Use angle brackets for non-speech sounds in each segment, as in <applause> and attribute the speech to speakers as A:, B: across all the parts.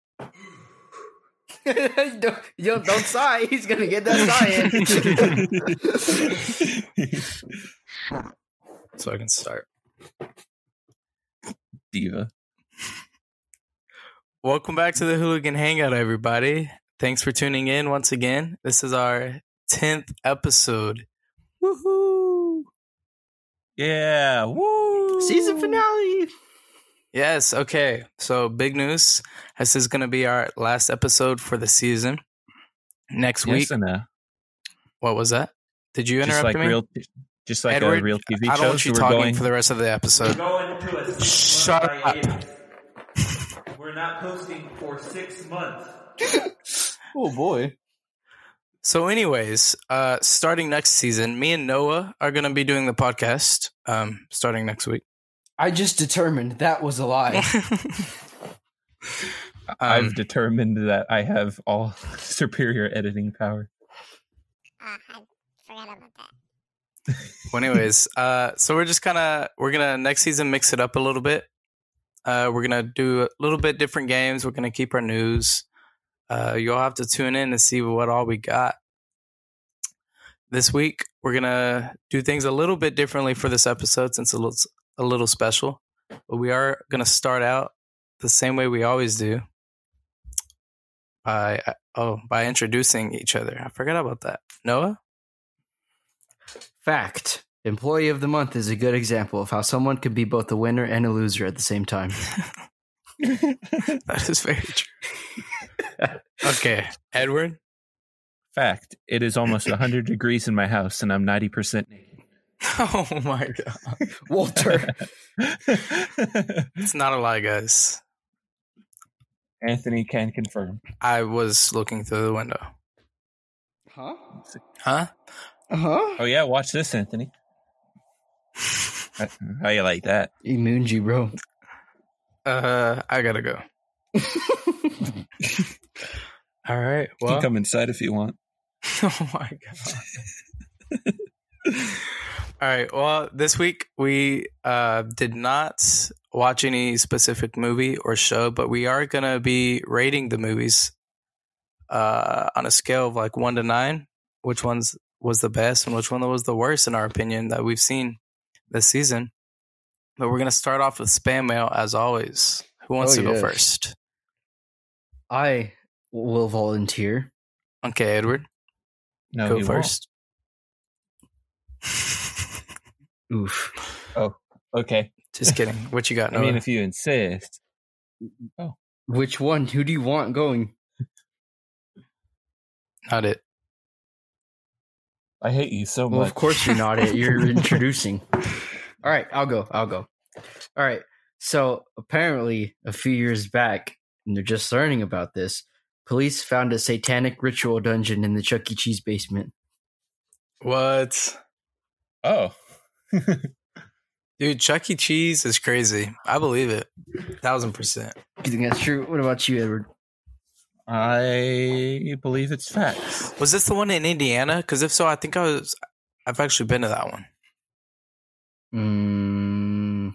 A: <laughs> don't, yo, don't sigh. He's gonna get that sigh
B: so I can start.
C: Diva.
B: Welcome back to the Hooligan Hangout, everybody. Thanks for tuning in once again. This is our 10th episode. Woohoo!
C: Yeah. Woo.
A: in. Season finale.
B: Yes, okay. So, big news. This is going to be our last episode for the season. Next week.
C: Yes and no.
B: What was that? Did you
C: Just
B: interrupt
C: like
B: me?
C: real, just like
B: Edward,
C: a real TV
B: I
C: show.
B: don't want you
C: so we're
B: talking
C: going.
B: for the rest of the episode.
D: going to a
B: Shut
D: six-month
B: up.
D: hiatus. We're not posting for six months.
C: oh boy.
B: So, anyways, uh, starting next season, me and Noah are going to be doing the podcast um, starting next week.
A: I just determined that was a
B: <laughs>
A: lie.
B: Um,
C: I've determined that I have all <laughs> superior editing power.
E: Uh, I forgot about that.
B: well, anyways, uh, so we're just kind of we're gonna next season mix it up a little bit. Uh, we're gonna do a little bit different games. We're gonna keep our news. Uh, you'll have to tune in to see what all we got. This week, we're gonna do things a little bit differently for this episode since it's a little special. But we are gonna start out the same way we always do by oh by introducing each other. I forgot about that. Noah.
A: Fact. Employee of the month is a good example of how someone could be both a winner and a loser at the same time.
B: That is very true. <laughs> okay, Edward.
C: Fact: It is almost 100 degrees in my house, and I'm 90 percent
B: <laughs>
C: <laughs>
B: Oh my god,
A: Walter.
C: naked.
B: it's not a lie, guys.
C: Anthony can confirm.
B: I was looking through the window.
A: <laughs> Huh?
B: Huh?
A: Uh huh.
C: Oh yeah, watch this, Anthony. How how you like that?
A: Emoji, bro.
B: Uh, I gotta go. All right.
C: You
B: Well.
C: can come inside if you want.
B: <laughs> oh my god. <laughs> All right. Well, this week we uh, did not watch any specific movie or show, but we are going to be rating the movies uh, on a scale of like one to nine. Which ones was the best and which one was the worst, in our opinion, that we've seen this season. But we're going to start off with spam mail as always. Who wants
A: Oh,
B: to
A: yes.
B: go first?
A: I will volunteer.
B: Okay, Edward,
C: No,
B: go
C: you won't.
B: 1st
A: Oof.
C: Okay.
B: Just kidding. What you got?
C: <laughs> I mean,
B: Noah?
C: if you insist.
A: Which one? Who do you want going?
B: not it.
C: I hate you so
A: Well,
C: much.
A: of course
C: <laughs>
A: you're not it. You're introducing. All right, I'll go. I'll go. All right. So apparently, a few years back, and they're just learning about this. Police found a satanic ritual dungeon in the Chuck E. Cheese basement.
B: What?
C: Oh. <laughs>
B: Dude, Chuck E. Cheese is crazy. I believe it. Thousand percent.
A: You think that's true? What about you, Edward?
C: I believe it's facts.
B: Was this the one in Indiana? Because if so, I think I was. I've actually been to that one.
A: Mm,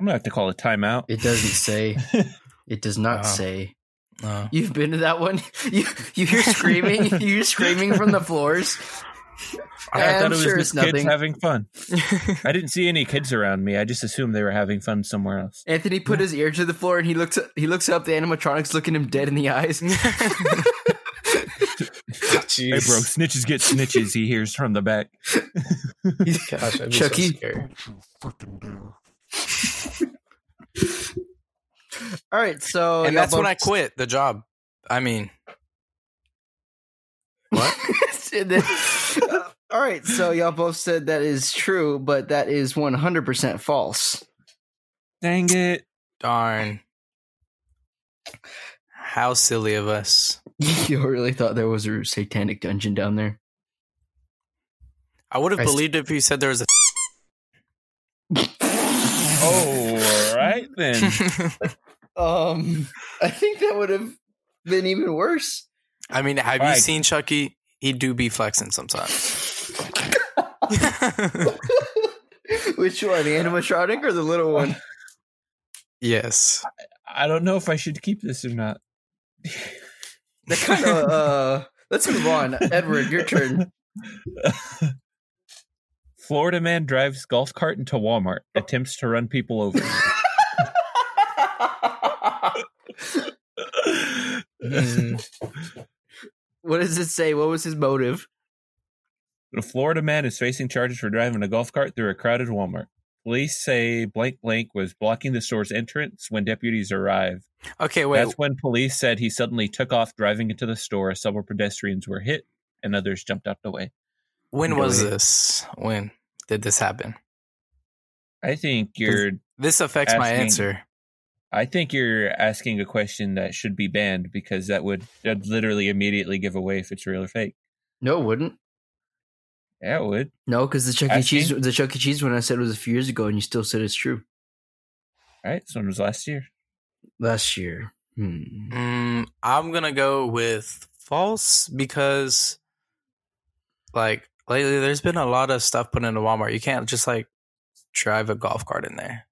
C: I'm gonna have to call a timeout.
A: it doesn't
C: <laughs>
A: say. It does not
B: Wow.
A: say. <laughs>
B: No.
A: You've been to that one. You you hear screaming. you hear screaming from the floors.
C: I
A: I'm
C: thought it was
A: sure
C: just
A: it's
C: kids
A: nothing.
C: having
A: <laughs>
C: fun. I didn't see any kids around me. I just assumed they were having fun somewhere else.
A: Anthony put his ear to the floor and he looks he looks up. The animatronics looking him dead in the <laughs> eyes.
C: Hey, bro, snitches get snitches. He hears from the back.
B: Gosh, that'd be
A: Chuck E.
B: scary.
A: All right, so
B: and
A: y'all
B: that's when I
A: both-
B: quit the job. I mean,
A: <laughs> And then- uh, all right, so y'all both said that is true, but that is one hundred percent false.
C: Dang it!
B: darn. How silly of us.
A: <laughs> You really thought there was a satanic dungeon down there?
B: I would have
A: I s-
B: believed if you said there was a.
C: Oh, all
A: <laughs>
C: right then.
A: Um, I think that would have been even worse.
B: I mean, have you
C: Right.
B: seen Chucky? He do be flexing sometimes. <laughs>
A: Which one, the animatronic or the little one?
B: yes.
C: I don't know if I should keep this or not.
A: That kind of. uh, let's move on. Edward, your <laughs> turn.
C: <laughs> Florida man drives golf cart into Walmart,
A: Oh.
C: attempts to run
A: <laughs>
C: people over.
B: Mm.
A: What does it say? What was his motive?
C: A Florida man is facing charges for driving a golf cart through a crowded Walmart. Police say blank blank was blocking the store's entrance when deputies arrived.
B: <laughs> okay, wait.
C: That's when police said he suddenly took off driving into the store. Several pedestrians were hit and others jumped out the way.
B: when was
C: Really?
B: this? When did this happen?
C: I think you're
B: This affects my
C: Asking-
B: answer.
C: I think you're asking a question that should be banned because that would that'd literally immediately give away if it's real or fake.
A: No, it wouldn't.
C: Yeah, it would.
A: No, because the Chuck E.
C: Asking?
A: Cheese, the Chuck E. Cheese one I said was a few years ago, and you still said it's true.
C: All right, this one was last year.
A: Last year. Hmm.
B: Mm, I'm gonna go with false because, like, lately there's been a lot of stuff put into Walmart. You can't just like drive a golf cart in there.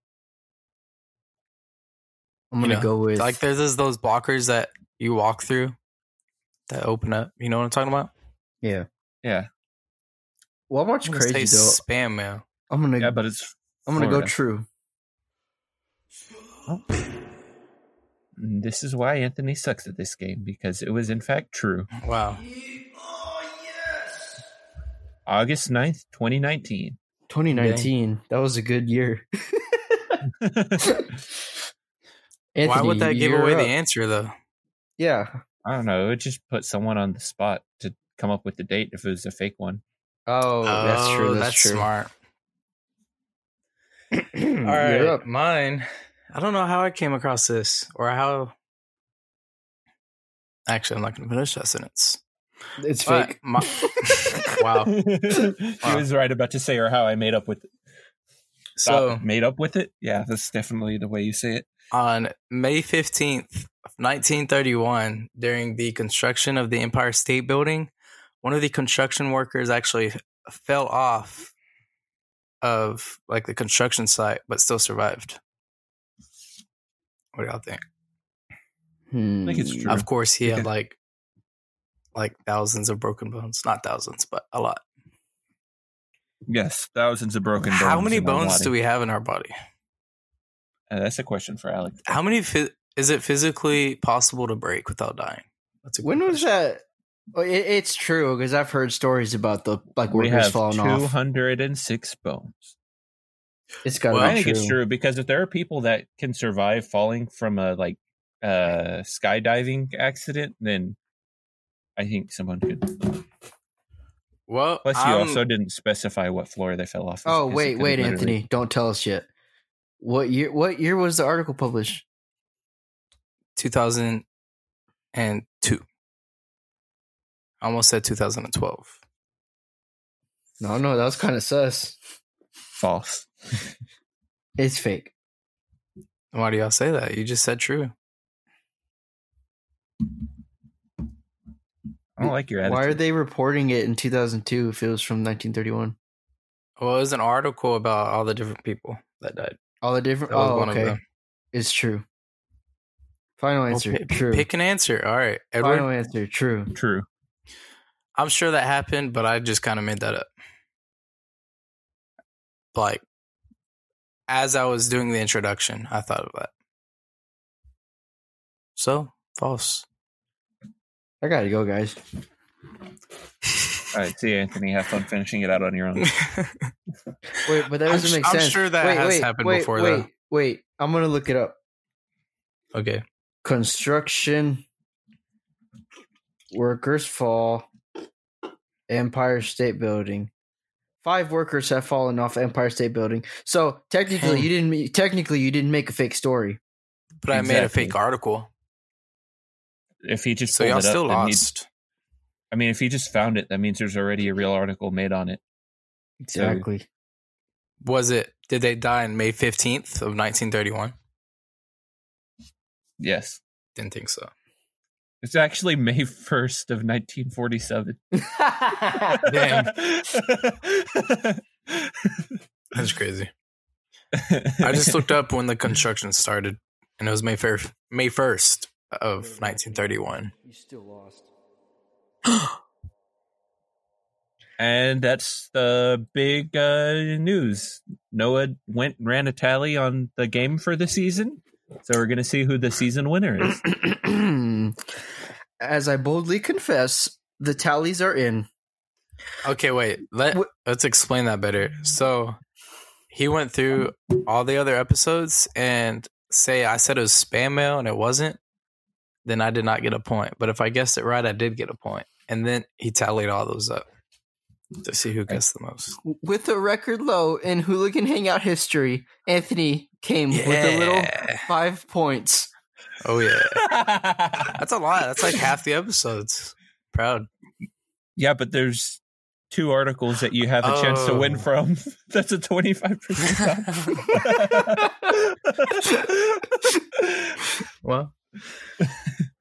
A: I'm gonna
B: You know,
A: go with
B: Like, there's those- those blockers that you walk through that open up. You know what I'm talking about?
A: yeah.
C: Yeah,
A: Walmart's
B: I'm gonna say
A: crazy though.
B: Spam mail.
A: I'm gonna
C: yeah, but it's
A: I'm gonna go
C: Florida.
A: true.
C: this is why Anthony sucks at this game because it was in fact true.
B: Wow.
C: August 9th, <laughs> 2019.
A: 2019. That was a good year. <laughs>
B: Why would that give away the
A: answer?
B: answer though?
A: Yeah,
C: I don't know, it just put someone on the spot to come up with the date if it was a fake one.
A: Oh, that's true. That's, true. <clears throat>
B: smart.
A: All
B: All right, Mm, mine. I don't know how I came across this or how. Actually, I'm not going to finish that sentence.
A: It's
B: But
A: fake.
B: my-
C: <laughs>
B: <laughs> wow.
C: he was right about to say or how I made up with it.
B: So
C: made up with it? Yeah, that's definitely the way you say it.
B: on May 15th, of 1931, during the construction of the Empire State Building, one of the construction workers actually fell off of like the construction site, but still survived. What do y'all think?
A: <laughs> Hmm.
C: I think it's true.
B: Of course, he had
C: Okay.
B: like like thousands of broken bones. Not thousands, but a lot.
C: Yes, thousands of broken bones.
B: How many
C: in our
B: bones
C: body.
B: do we have in our body?
C: Uh, that's a question for Alec.
B: How many phy- is it physically possible to break without dying? That's a good
A: When was
B: question.
A: that? Oh, it, it's true because I've heard stories about the like
C: We
A: workers
C: have
A: falling off.
C: 206 bones.
A: It's gotta
B: Well,
A: be
C: I think
A: true.
C: it's true because if there are people that can survive falling from a like uh skydiving accident, then I think someone could.
B: Well,
C: Plus, you
B: I'm-
C: also didn't specify what floor they fell off. of
A: Oh
C: because it
A: wait,
C: could've
A: wait,
C: literally-
A: Anthony, don't tell us yet. What year? What year was the article published?
B: 2002. I almost said 2012.
A: No, no, that was kind of sus.
C: False.
A: It's fake.
B: Why do y'all say that? You just said true.
C: I <laughs> don't like your attitude.
A: Why are they reporting it in 2002 if it was from 1931?
B: Well, it was an article about all the different people that died.
A: All the different.
B: That was
A: oh,
B: one
A: okay.
B: of them.
A: It's true. Final
B: Well,
A: answer.
B: pick-
A: true.
B: Pick an answer. All right, Edward.
A: Final answer. True.
C: True.
B: I'm sure that happened, but I just kind of made that up. Like, as I was doing the introduction, I thought of that. So, false. <laughs>
A: I gotta go, guys.
C: All right. See, you, Anthony, have fun finishing it out on
B: <laughs>
C: your own.
A: Wait, but that
B: I'm
A: doesn't
B: su-
A: make
B: I'm
A: sense.
B: sure that
A: wait,
B: has
A: wait,
B: happened
A: wait,
B: before,
A: Wait,
B: though.
A: wait. I'm gonna look it up.
B: okay.
A: Construction workers fall. Empire State Building. Five workers have fallen off Empire State Building. So technically,
B: Hmm.
A: you didn't. ma- Technically, you didn't make a fake story.
B: But I made a
C: Exactly.
B: fake article.
C: If he just
B: So,
C: pulled
B: y'all
C: it up,
B: still
C: then he'd-
B: lost.
C: I mean, if he just found it, that means there's already a real article made on it. So-
A: Exactly.
B: Was it, did they die on May 15th of 1931?
C: Yes.
B: Didn't think so.
C: It's actually May 1st of 1947. <laughs>
B: Damn.
C: <laughs>
B: That's crazy. I just looked up when the construction started, and it was May, fair, May 1st of 1931.
A: You still lost.
C: And that's the big uh, news. Noah went and ran a tally on the game for the season. So we're going to see who the season winner
B: <laughs>
C: is.
A: <clears throat> As I boldly confess, the tallies are in.
B: Okay, wait. Let
A: Wh-
B: let's explain that better. So he went through all the other episodes and say I said it was spam mail and it wasn't, then I did not get a point. But if I guessed it right, I did get a point. And then he tallied all those up to see who guessed the most.
A: With a record low in hooligan hangout history, Anthony came with a little
B: Yeah.
A: five points.
B: Oh yeah. That's a lot. That's like half the episodes. Proud.
C: yeah, but there's two articles that you have a chance to win
B: Oh.
C: from. <laughs> That's a 25%.
B: <laughs>
C: off.
B: Well,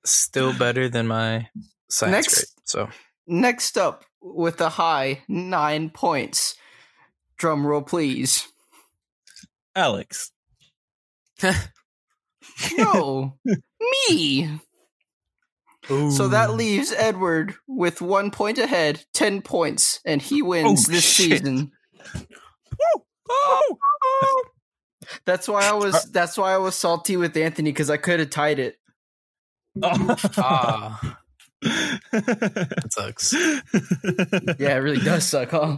B: still better than my science
A: Next-
B: grade.
A: <laughs>
B: So
A: Next up, with a high nine points. Drum roll, please.
C: Alex.
A: No,
C: <laughs>
A: me. So that leaves Edward with one point ahead, ten points, and he wins
C: Oh,
A: this
C: shit.
A: season.
C: Woo! Oh! <laughs>
A: That's why I
C: Uh,
A: was. That's why I was salty with Anthony because I could have tied it.
C: <laughs>
B: ah, that sucks.
A: Yeah, it really does suck, huh?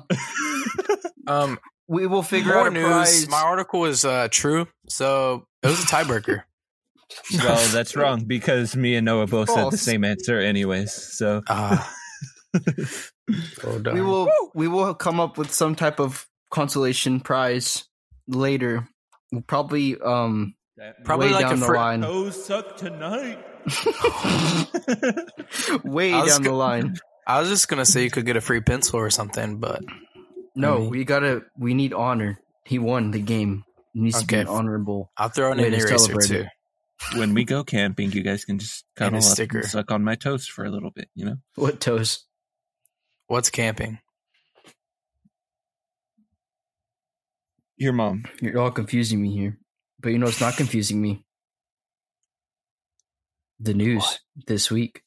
B: Um,
A: We will figure
B: More
A: out a
B: news.
A: prize.
B: My article was uh, true, so it was a <laughs> tiebreaker.
C: well, that's wrong because me and Noah both said the
A: False.
C: same answer, anyways. So
B: Ah. Well done.
A: we will. We will come up with some type of consolation prize later. We'll Probably, um,
B: Probably
A: way
B: like
A: down
B: a
A: the
B: fr-
A: line.
C: suck tonight.
A: way
B: I was
A: down the
B: go- <laughs>
A: line.
B: I was just gonna say you could get a free pencil or something, but
A: No,
B: mean-
A: we gotta. We need honor. He won the game. It needs to be
B: Okay.
A: an honorable.
B: I'll throw in
A: Way
B: an
A: to
B: eraser
A: celebrate
B: too.
A: it.
C: when we go camping, you guys can just
B: And a
C: cuddle up
B: sticker.
C: and suck on my toast for a little bit. You know,
A: What toes?
B: What's camping?
C: your mom.
A: You're all confusing me here. But you know it's not confusing me. The news this week.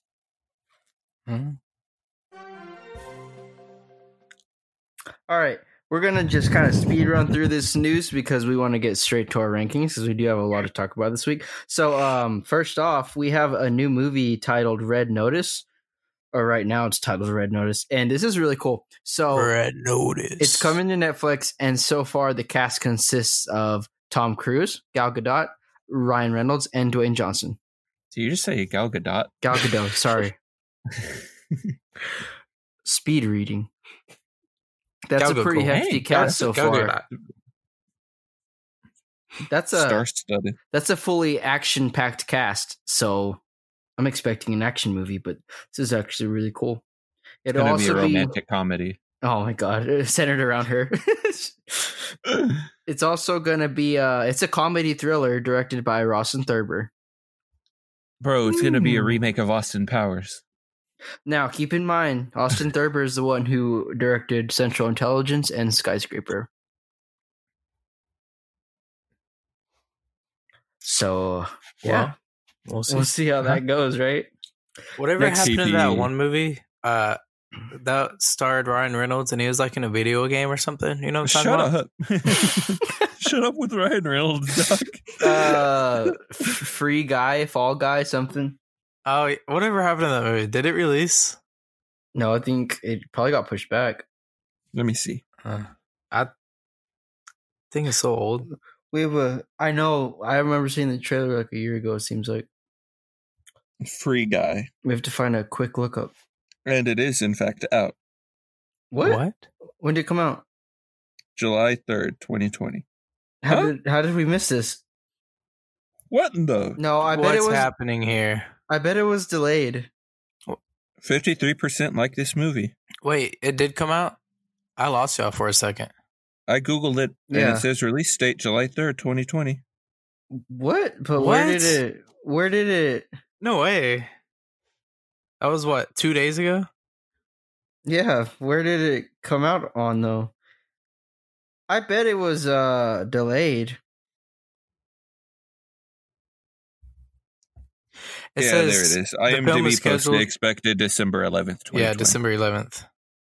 B: Hmm?
A: All right. We're going to just kind of speed run through this news because we want to get straight to our rankings because we do have a lot to talk about this week. So, um, first off, we have a new movie titled Red Notice, or right now it's titled Red Notice. And this is really cool. So,
B: Red notice.
A: It's coming to Netflix, and so far the cast consists of Tom Cruise, Gal Gadot, Ryan Reynolds, and Dwayne Johnson.
C: Do you just say Gal Gadot?
A: Gal
C: <laughs>
A: Gadot, sorry. Speed reading. That's
B: Gal
A: a pretty
B: Gadot.
A: hefty
C: Hey,
A: cast so
B: Go do
A: far.
B: that.
A: That's a
C: Star-studded.
A: that's a fully action packed cast. So I'm expecting an action movie, but this is actually really cool.
C: It's
A: It'll
C: gonna be a
A: also be,
C: romantic comedy.
A: oh my god, <laughs> centered around her. it's also gonna be uh it's a comedy thriller directed by Ross and Thurber.
C: Bro, it's gonna be a
A: Hmm.
C: remake of Austin Powers.
A: Now, keep in mind, Austin Thurber is the one who directed Central Intelligence and Skyscraper. So, yeah,
B: Well, we'll see.
A: we'll see how <laughs> that goes, right?
B: Whatever
C: Next
B: happened to
C: CP.
B: that one movie uh, that starred Ryan Reynolds and he was like in a video game or something? You know what I'm talking
C: Shut
B: about?
C: up. Shut up <laughs> with Ryan Reynolds, Doc.
A: Uh, f- free guy, fall guy, something.
B: Oh, whatever happened to that movie? Did it release?
A: No, I think it probably got pushed back.
C: Let me see.
B: Uh, I think it's so old.
A: We have a. I know. I remember seeing the trailer like a year ago. It seems like
C: Free guy.
A: we have to find a quick lookup.
C: And it is in fact out.
A: What? When did it come out?
C: July third, twenty twenty.
A: How
C: Huh?
A: did How did we miss this?
C: What in the
A: No, I bet
B: What's
A: it was.
B: happening here?
A: I bet it was delayed.
C: fifty three percent like this movie?
B: Wait, it did come out? I lost y'all for a second.
C: I Googled it and
A: Yeah.
C: it says release date July third, twenty twenty.
A: What? But where did
B: What?
A: it? Where did it?
B: No way. That was what, two days ago?
A: Yeah, where did it come out on though? I bet it was uh delayed.
B: It says,
C: yeah, there it is.
B: the film is
C: IMDb posted
B: scheduled-
C: expected December 11th, 2020.
B: Yeah, December 11th.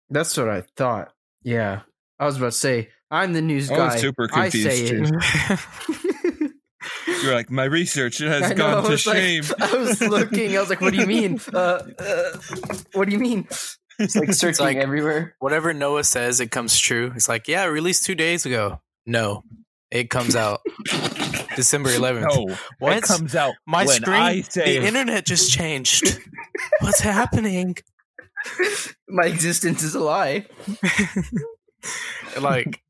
A: That's what I thought. Yeah. I was about to say, I'm the news
C: I
A: guy.
C: was super
A: I
C: confused,
A: say
C: too.
A: it.
B: <laughs>
A: <laughs>
C: <laughs> You're like, my research
A: I
C: has
A: know,
C: gone
A: I
C: to
A: was like-
C: shame.
A: <laughs> I was looking. I was like, what do you <laughs>
C: <laughs>
A: mean? Uh, uh, what do you mean? It's like searching
B: like-
A: everywhere.
B: Whatever Noah says, it comes true. It's like, yeah, released two days ago. No, it comes
C: <laughs>
B: out December 11th.
C: No,
B: What?
C: it comes out
B: My
C: when
B: screen,
C: I say
B: the internet just changed. What's happening?
A: My existence is a lie.
C: <laughs>
B: Like,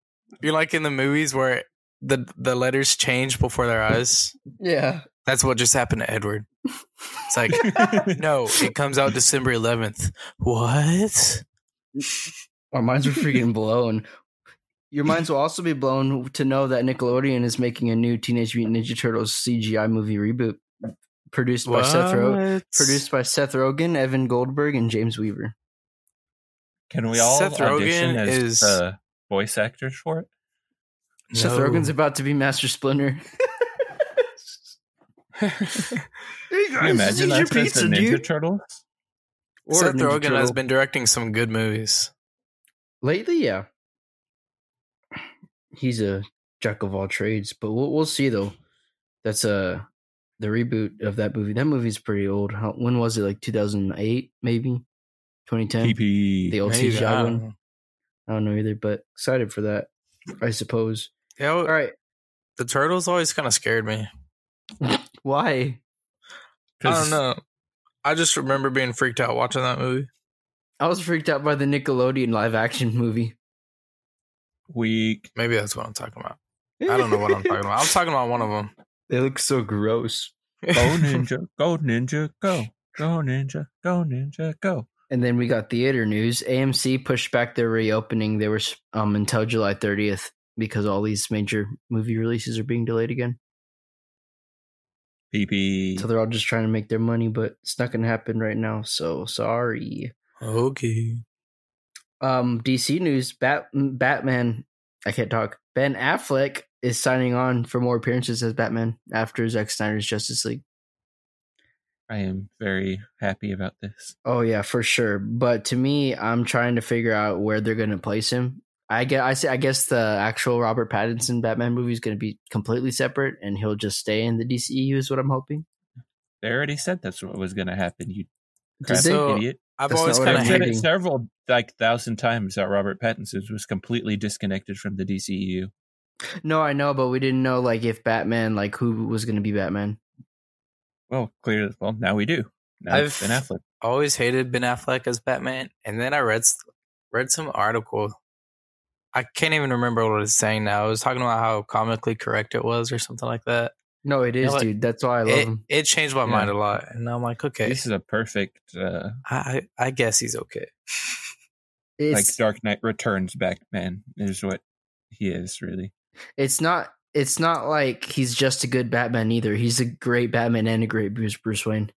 B: you're like in the movies where the the letters change before their eyes.
A: Yeah.
B: That's what just happened to Edward. It's like, no,
A: <laughs>
B: it comes out December 11th. What?
A: Our minds are freaking blown. Your minds will also be blown to know that Nickelodeon is making a new Teenage Mutant Ninja Turtles CGI movie reboot produced by Seth Rogen. Produced by Seth Rogen, Evan Goldberg, and James Weaver.
C: <laughs> Can we all
B: Seth Rogen
C: audition as
B: is-
C: uh, voice actors for it?
A: Seth
B: No.
A: Rogen's about to be Master Splinter. hey
C: Can you imagine
A: eat
C: us as the Ninja Turtles?
A: Or
B: Seth
A: Ninja
B: Rogen has
A: Turtle.
B: been directing some good movies.
A: Lately, yeah. He's a jack of all trades, but we'll, we'll see though. That's uh the reboot of that movie. That movie's pretty old. How, when was it? Like 2008, maybe 2010.
C: PP.
A: The old
B: Maybe,
A: CGI
B: I don't
A: one.
B: know.
A: I don't know either, but excited for that, I suppose.
B: Yeah, well,
A: All right,
B: the turtles always kind of scared me.
A: why?
B: I don't know. I just remember being freaked out watching that movie.
A: I was freaked out by the Nickelodeon live action movie.
C: Weak.
B: Maybe that's what I'm talking about. I don't know what I'm talking about. I'm talking about one of them.
A: <laughs> They look so gross.
B: <laughs>
C: Go ninja. Go ninja. Go. Go ninja. Go ninja. Go.
A: And then we got theater news. AMC pushed back their reopening. They were um until July 30th because all these major movie releases are being delayed again.
C: PP.
A: So they're all just trying to make their money, but it's not going to happen right now. So sorry.
B: okay.
A: Um, DC news. Bat- mm, Batman. I can't talk. Ben Affleck is signing on for more appearances as Batman after Zack Snyder's Justice League.
C: I am very happy about this.
A: Oh yeah, for sure. But to me, I'm trying to figure out where they're going to place him. I guess I, say, I guess the actual Robert Pattinson Batman movie is going to be completely separate, and he'll just stay in the DCEU is what I'm hoping.
C: They already said that's what was going to happen. You
A: Does
C: crappy
A: it-
B: So-
C: idiot.
B: I've
A: That's
B: always
A: not what
B: kind
A: I
B: of
C: I've said
A: hated.
B: hated.
C: it
A: hating-
C: several like thousand times that Robert Pattinson was completely disconnected from the E DCEU.
A: No, I know, but we didn't know like if Batman, like who was going to be Batman.
C: Well, clear. Well, now we do. Now it's
B: I've-
C: Ben Affleck.
B: Always hated Ben Affleck as Batman, and then I read s- read some article. I can't even remember what it's saying now. It was talking about how comically correct it was, or something like that.
A: No, it
B: Yeah,
A: is,
B: like,
A: dude. That's why I love
B: It,
A: him.
B: it changed my
C: Yeah.
B: mind a lot, and I'm like, okay,
C: This is a perfect uh,
B: I I I guess he's okay.
A: It's
C: like Dark Knight Returns Batman is what he is really.
A: it's not it's not like he's just a good Batman either. He's a great Batman and a great Bruce Bruce Wayne.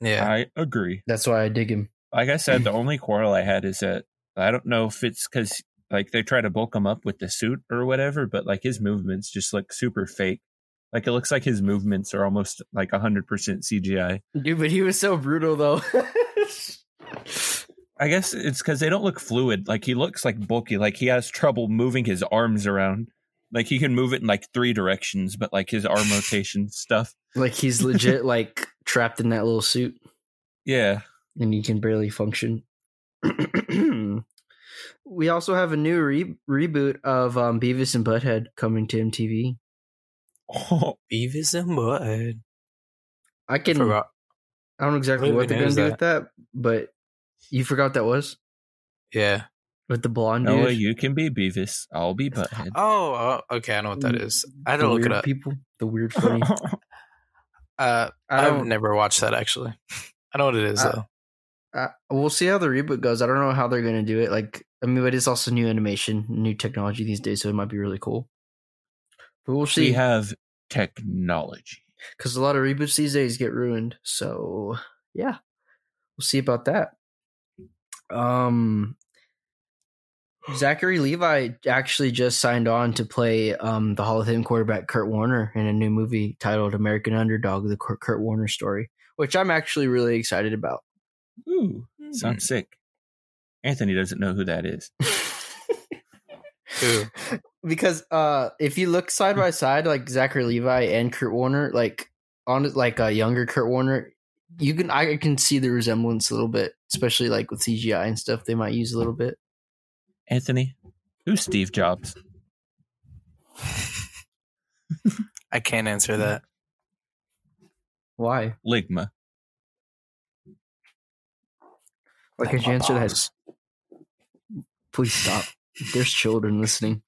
B: Yeah,
C: I agree.
A: That's why I dig him.
C: Like I said, the only quarrel I had is that I don't know if it's because like they try to bulk him up with the suit or whatever, but like his movements just look super fake. Like it looks like his movements are almost like hundred percent CGI.
A: Dude, but he was so brutal <laughs> though.
C: I guess it's because they don't look fluid. Like he looks like bulky. Like he has trouble moving his arms around. Like he can move it in like three directions, but like his arm rotation stuff.
A: like he's
B: <laughs>
A: legit like trapped in that little suit.
C: Yeah, <laughs>
A: and you can barely function. <clears throat> we also have a new re- reboot of um, Beavis and Butthead coming to MTV.
B: Beavis and Butthead.
A: I
B: I
A: can I,
B: forgot.
A: don't exactly
B: Who
A: what they're gonna
B: knows
A: do with that, but you forgot what that was
B: Yeah.
A: with the blonde
C: Noah,
A: dude.
C: you can be Beavis. I'll be Butthead.
B: Oh, oh, okay. I know what that is. I had to
A: the
B: look
A: Mm, weird
B: it up.
A: People, the weird
B: <laughs>
C: <laughs>
A: funny.
B: Uh,
A: I
B: I've
A: don't.
B: never watched that actually. I know what it is
A: Uh,
B: though.
A: I, we'll see how the reboot goes. I don't know how they're gonna do it. Like, I mean, but it's also new animation, new technology these days, so it might be really cool. But we'll
C: we
A: see
C: have technology.
A: because a lot of reboots these days get ruined. So yeah, we'll see about that. Um, Zachary Levi actually just signed on to play um, the Hall of Fame quarterback Kurt Warner in a new movie titled American Underdog: The Kurt Kurt Warner Story, which I'm actually really excited about.
C: Ooh, sounds sick. Anthony doesn't know who that is.
B: Who?
A: because uh, if you look side by side, like Zachary Levi and Kurt Warner, like on like a younger Kurt Warner, you can I can see the resemblance a little bit, especially like with CGI and stuff they might use a little bit.
C: Anthony, who's Steve Jobs?
B: I can't answer
A: <laughs>
B: that.
A: Why?
C: Ligma.
A: Why can't you answer that? Please <laughs> stop. There's children listening.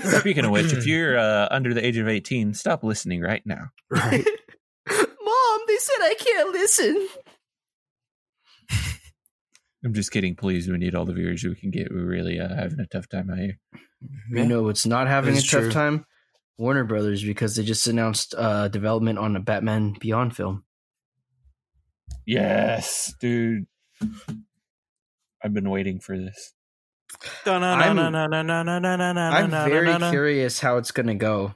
C: Speaking of which, if you're uh, under the age of 18, stop listening right now.
B: <laughs> Right.
A: <laughs> Mom, they said I can't listen.
C: I'm just kidding. Please, we need all the viewers we can get. We're really uh, having a tough time out here.
A: You
B: <laughs>
A: know it's not having a
B: It's
A: tough
B: true.
A: time? Warner Brothers because they just announced uh, development on a Batman Beyond film.
C: Yes, dude. I've been waiting for this.
A: I'm- I'm
B: I'm
A: very curious how it's gonna go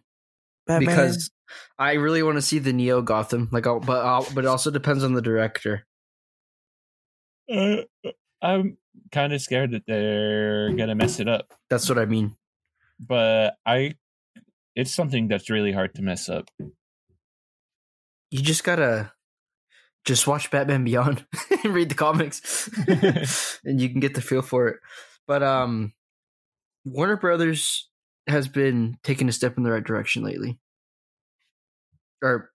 A: because I really want to see the Neo Gotham. Like, I'll, but I'll, but it also depends on the director.
C: Uh, I'm kind of scared that they're going to mess it up,
A: That's what I mean.
C: but I. It's something that's really hard to mess up.
A: You just gotta just watch Batman Beyond <laughs> and read the comics, <laughs> and you can get the feel for it. But um, Warner Brothers has been taking a step in the right direction lately, or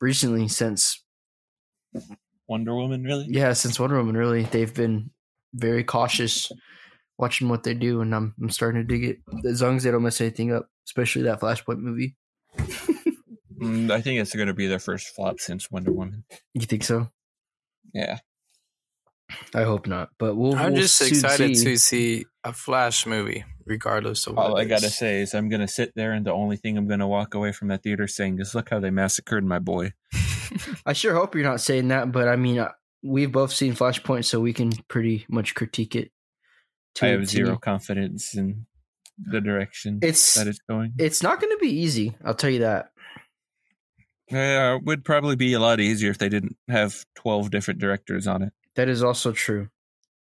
A: recently since
C: Wonder Woman, really?
A: yeah, since Wonder Woman, really, they've been very cautious watching what they do, and I'm I'm starting to dig it. As long as they don't mess anything up, especially that Flashpoint movie.
C: Mm, I think it's going to be their first flop since Wonder Woman.
A: You think so?
C: Yeah.
A: I hope not. But we'll.
B: I'm
A: we'll
B: just
A: soon
B: excited
A: see.
B: to see a Flash movie, regardless
A: Oh,
B: of what
C: All
B: it
C: I got to
B: is.
C: say is I'm going to sit there, and the only thing I'm going to walk away from that theater saying is, look how they massacred my boy.
A: I sure hope you're not saying that, but I mean, uh, we've both seen Flashpoint, so we can pretty much critique it.
C: I
A: a
C: have
A: T.
C: zero confidence in the direction
A: It's
C: that it's going.
A: it's not going to be easy. I'll tell you that.
C: Yeah, it would probably be a lot easier if they didn't have 12 different directors on it,
A: That is also true.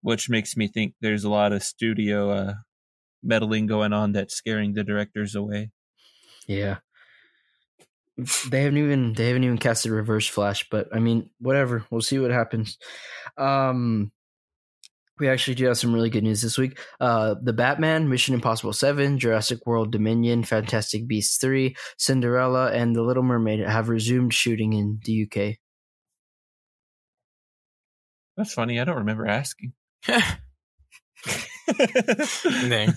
C: which makes me think there's a lot of studio uh, meddling going on that's scaring the directors away.
A: Yeah. They haven't even they haven't even casted reverse flash, but I mean, whatever. We'll see what happens. Um we actually do have some really good news this week. Uh The Batman, Mission Impossible 7, Jurassic World Dominion, Fantastic Beasts 3, Cinderella and The Little Mermaid have resumed shooting in the UK.
C: That's funny. I don't remember asking.
B: <laughs> Dang.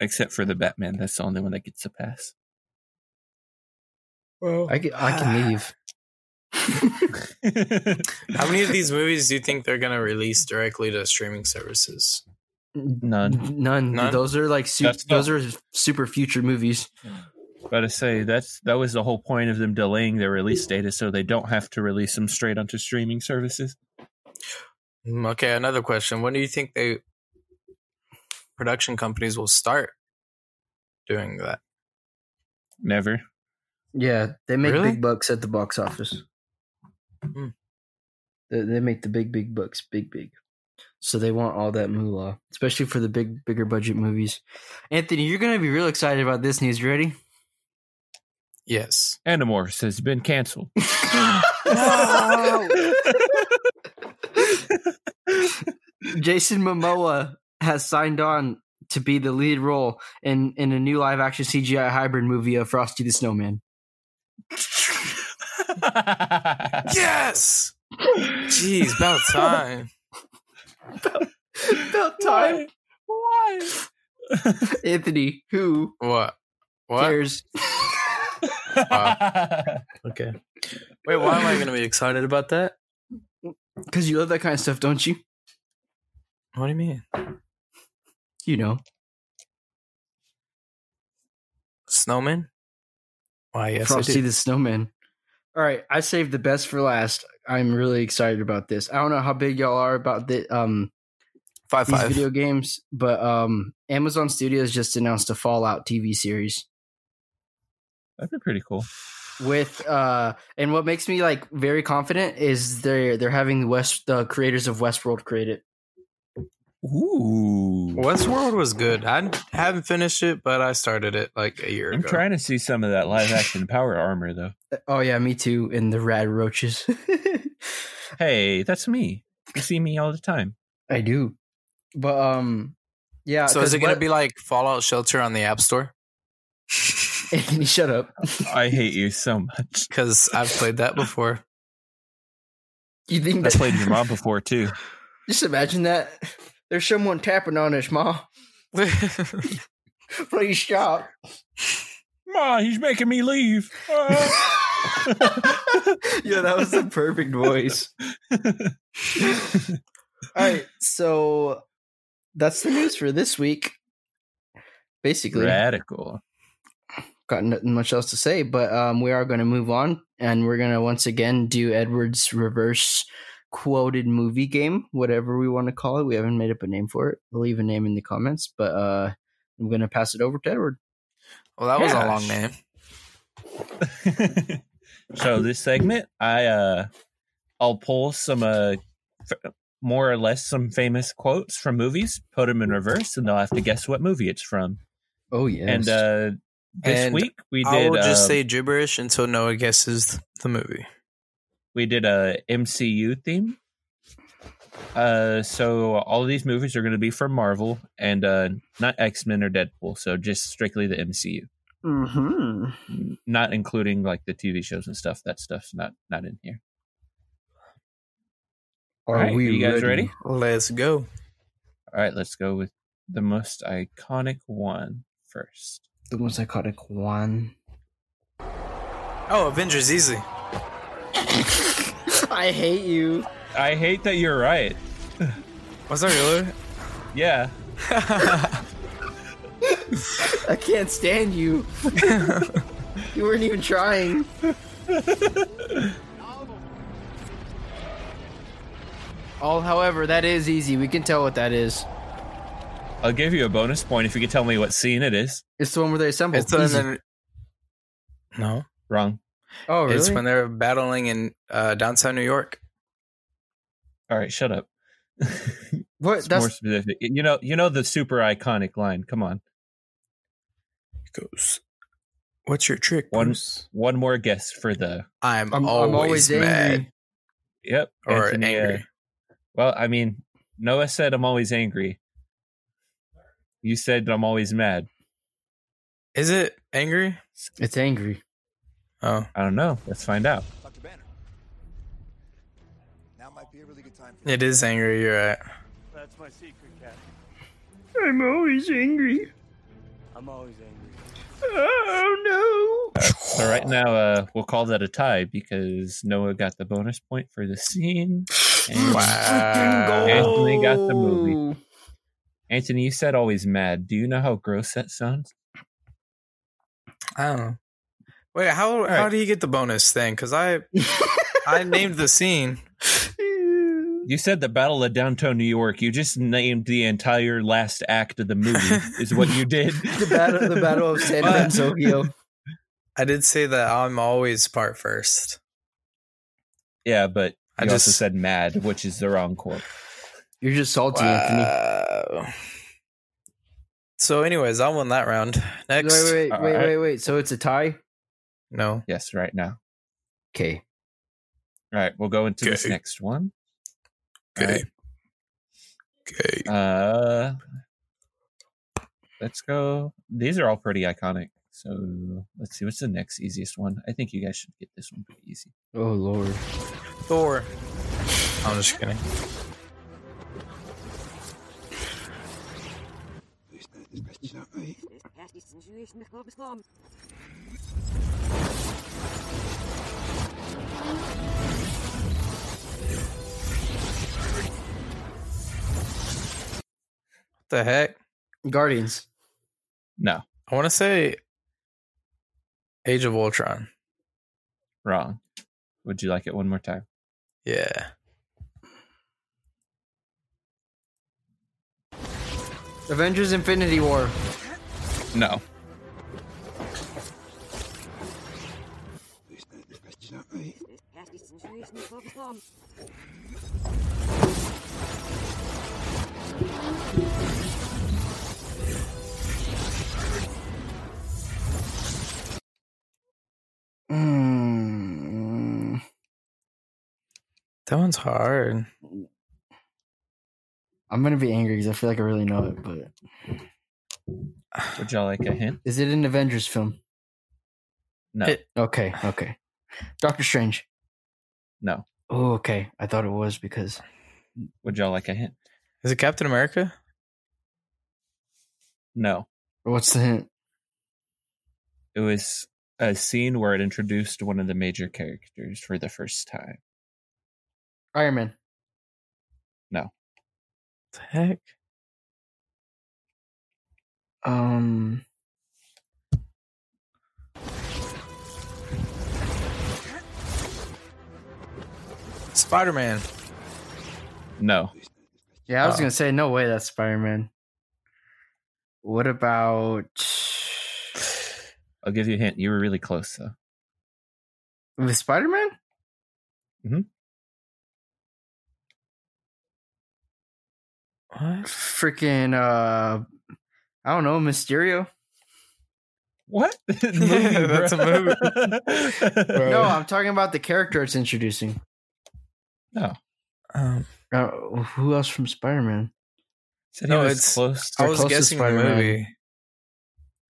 C: Except for the Batman. That's the only one that gets a pass.
B: well,
A: I can, I <sighs> can leave.
B: How many of these movies do you think they're going to release directly to streaming services?
C: <sighs> None.
A: None.
B: None?
A: Those are like su-
C: That's not-
A: those are super future movies.
C: Gotta say that's that was the whole point of them delaying their release date is so they don't have to release them straight onto streaming services.
B: Mm, Okay, another question. When do you think they production companies will start doing that?
C: Never.
A: Yeah, they make
B: Really?
A: big bucks at the box office.
B: Hmm.
A: They, they make the big, big bucks, big, big. So they want all that moolah, especially for the big, bigger budget movies. Anthony, you're gonna be real excited about this news. You
B: <laughs>
A: ready?
B: Yes.
C: Animorphs has been canceled.
A: Jason Momoa has signed on to be the lead role in in a new live action CGI hybrid movie of Frosty the Snowman.
B: Yes.
A: <laughs>
B: Jeez, about time.
A: About
C: Why? <laughs>
A: time, Anthony. Who
B: What? What?
A: cares?
B: Okay. Wait, why am I going to be excited about that?
A: Because you love that kind of stuff, don't you?
B: What do you mean?
A: You know.
B: Snowman? Why, yes, I
A: Frosty
B: do.
A: the Snowman. All right, I saved the best for last. I'm really excited about this. I don't know how big y'all are about the um
B: Five
A: these
B: five.
A: video games, but um, Amazon Studios just announced a Fallout TV series
C: That'd be pretty cool.
A: with uh, and what makes me like very confident is they're they're having the West the creators of Westworld create it.
C: Ooh.
B: Westworld was good. I haven't finished it, but I started it like a year
C: I'm
B: ago.
C: trying to see some of that live action power armor though.
A: Oh yeah, me too. And the rad roaches. <laughs>
C: Hey, that's me. You see me all the time.
A: I do, but um, yeah.
B: so is
A: 'cause
B: it going to
A: what-
B: be like Fallout Shelter on the App Store?
A: <laughs> Anthony, shut up.
C: I hate you so much.
B: Because I've played that <laughs> before.
A: You think
C: I
A: that- <laughs>
C: played your mom before too.
A: Just imagine that. There's someone tapping on us, ma. <laughs> Please <laughs> stop.
C: <laughs> Ma, he's making
B: <laughs>
C: me leave. Ah.
A: yeah, that was the perfect voice. <laughs> All right, so that's the news for this week. Basically,
C: <laughs> Radical.
A: got nothing much else to say, but um, we are going to move on, and we're going to once again do Edward's reverse quoted movie game, whatever we want to call it. We haven't made up a name for it. We'll leave a name in the comments, but uh, I'm going to pass it over to Edward.
B: well, that was
C: Yeah.
B: a long name.
C: so this segment, I uh, I'll pull some uh, f- more or less some famous quotes from movies, put them in reverse, and they'll have to guess what movie it's from.
A: Oh yes,
C: And uh, this
B: And
C: week we did.
B: I will just
C: um,
B: say gibberish until Noah guesses the movie.
C: we did a MCU theme. Uh, so all of these movies are going to be from Marvel and uh, not X Men or Deadpool. So just strictly the MCU,
A: hmm
C: N- not including like the TV shows and stuff. That stuff's not not in here.
A: Are
C: Alright,
A: we
C: you guys ready?
B: Let's go.
C: All right, let's go with the most iconic one first.
A: The most iconic one.
B: Oh, Avengers
A: <laughs>
B: easy.
A: I hate you.
C: I hate that you're right.
B: Was that really?
C: Yeah,
A: I can't stand you. you weren't even trying. Oh, however, that is easy. We can tell what that is.
C: I'll give you a bonus point if you can tell me what scene it is.
A: It's the one where they assemble.
B: It's when
A: Easy.
B: they're, no.
C: Wrong.
A: oh, really?
B: It's when they're battling in uh, downtown New York.
C: All right, shut up. <laughs>
A: what?
C: It's more
A: That's
C: specific. You know, you know the super iconic line. Come on.
B: He goes, "What's your trick?"
C: One-
B: Bruce?
C: One more guess for the
B: I'm,
A: I'm,
B: always, uh,
A: I'm always
B: mad.
A: angry.
C: Yep.
B: Or angry.
C: well, I mean, Noah said I'm always angry. You said I'm always mad.
B: Is it angry?
A: It's angry.
B: Oh,
C: I don't know. Let's find out.
F: Dr. Banner. Now might be a really good time for
B: it is angry. You're
A: <laughs>
B: right.
G: That's my secret, Cap.
A: I'm always angry.
G: I'm always angry.
A: Oh no!
C: So right now, uh, we'll call that a tie because Noah got the bonus point for the scene.
B: <gasps>
C: And
B: Wow.
C: Anthony got the movie. Anthony, you said always mad. Do you know how gross that sounds?
B: I don't know. Wait, how
C: right.
B: how do you get the bonus thing?
A: <laughs>
B: Because I I named the scene.
A: Oh,
C: You said the Battle of Downtown New York. You just named the entire last act of the movie. is what
A: <laughs>
C: you did.
A: the battle, the battle of San
B: But-
A: Antonio.
B: I did say that I'm always part first.
C: Yeah, but
B: I
C: you also
B: just-
C: said mad, which is the wrong quote.
A: You're just salty, Anthony.
B: Wow. So, anyways, I won that round.
A: Wait,
B: Next,
A: wait, wait, wait,
C: Alright.
A: wait, wait. So it's a tie.
B: no.
C: Yes, right now.
A: Okay.
C: All right, we'll go into this
B: Okay.
C: next one.
B: Okay. Okay.
C: Uh, let's go. These are all pretty iconic. So let's see what's the next easiest one. I think you guys should get this one pretty easy.
A: Oh lord.
B: Thor. I'm just kidding. the heck?
A: Guardians.
C: No,
B: I want to say Age of Ultron.
C: wrong. Would you like it one more time?
B: Yeah.
A: Avengers Infinity War.
F: No.
A: Mm.
B: That one's hard.
A: I'm gonna be angry because I feel like I really know it, but
C: Would y'all like a hint?
A: is it an Avengers film?
C: No,
B: It-
A: Okay, okay. Doctor Strange.
C: no.
A: Oh, okay. I thought it was because
C: Would y'all like a hint?
B: Is it Captain America?
C: No.
A: what's the hint?
C: It was a scene where it introduced one of the major characters for the first time.
A: Iron Man.
B: The heck?
A: Um.
B: Spider Man.
C: No.
A: Yeah, I was
B: Oh.
A: gonna say no way that's Spider Man. What about
C: I'll give you a hint. You were really close though.
A: with Spider Man?
B: What?
A: Freaking uh, I don't know, Mysterio.
C: What? <laughs>
B: Yeah, <laughs> that's a movie.
C: movie.
A: No, I'm talking about the character it's introducing.
B: Um,
A: Uh, who else from Spider Man?
C: <laughs> Said he
B: No,
C: was
B: it's-
C: close. To,
B: I was
A: close to
B: guessing the
A: Spider-Man.
B: movie.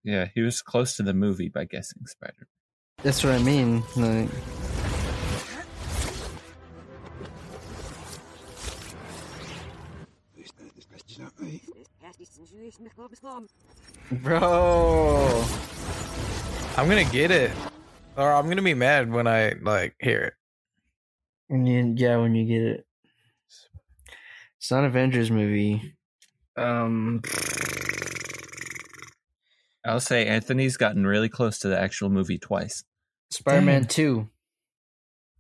C: yeah, he was close to the movie by guessing Spider.
A: That's what I mean. Like, bro,
B: Oh. I'm gonna get it, or I'm gonna be mad when I like hear it.
A: when you, yeah, when you get it, it's not Avengers movie. Um,
C: I'll say Anthony's gotten really close to the actual movie twice.
A: Spider Man Two. <laughs>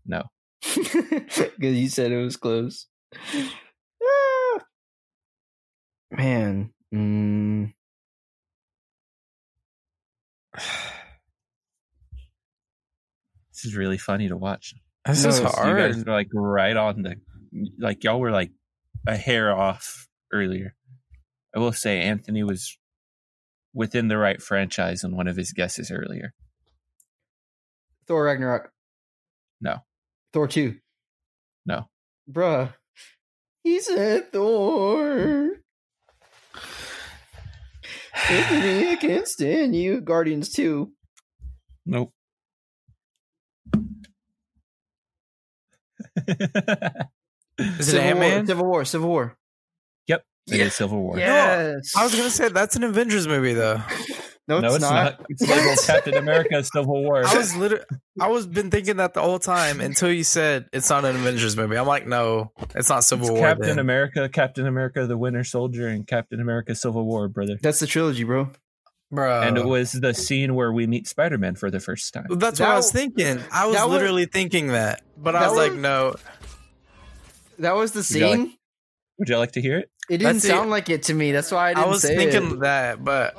C: No.
A: Because you said it was close. Ah. Man. Mm.
C: This is really funny to watch.
B: This
A: No, it's-
B: is
A: you
C: You
B: hard.
C: guys were like right on the, like y'all were like a hair off earlier. I will say Anthony was within the right franchise on one of his guesses earlier.
A: Thor Ragnarok.
C: No.
A: Thor 2.
C: No.
A: Bruh. He said Thor. Anthony, I can't stand you. Guardians 2.
C: <laughs> Nope.
B: Is it
A: Civil
B: Ant
A: War,
B: Man?
A: Civil War. Civil War.
C: It is Civil War.
A: Yes.
B: I was gonna say that's an Avengers movie though.
A: No, it's, not.
C: It's labeled Captain America Civil War.
B: I was literally, I was been thinking that the whole time until you said it's not an Avengers movie. I'm like, no, it's not Civil
C: It's
B: War.
C: Captain
B: then.
C: America, Captain America the Winter Soldier, and Captain America Civil War, brother.
A: That's the trilogy, bro.
B: bro.
C: and it was the scene where we meet Spider Man for the first time.
B: that's what
A: That-
B: I was thinking. I was
A: that was-
B: literally thinking that, but I
A: That
B: was like,
A: was-
B: no,
A: That was the
C: You got
A: scene.
C: Would you like to hear it?
A: It didn't
B: That's it.
A: sound like it to me. That's why I
B: I,
A: didn't
B: was
A: say
B: thinking
A: it.
B: that, but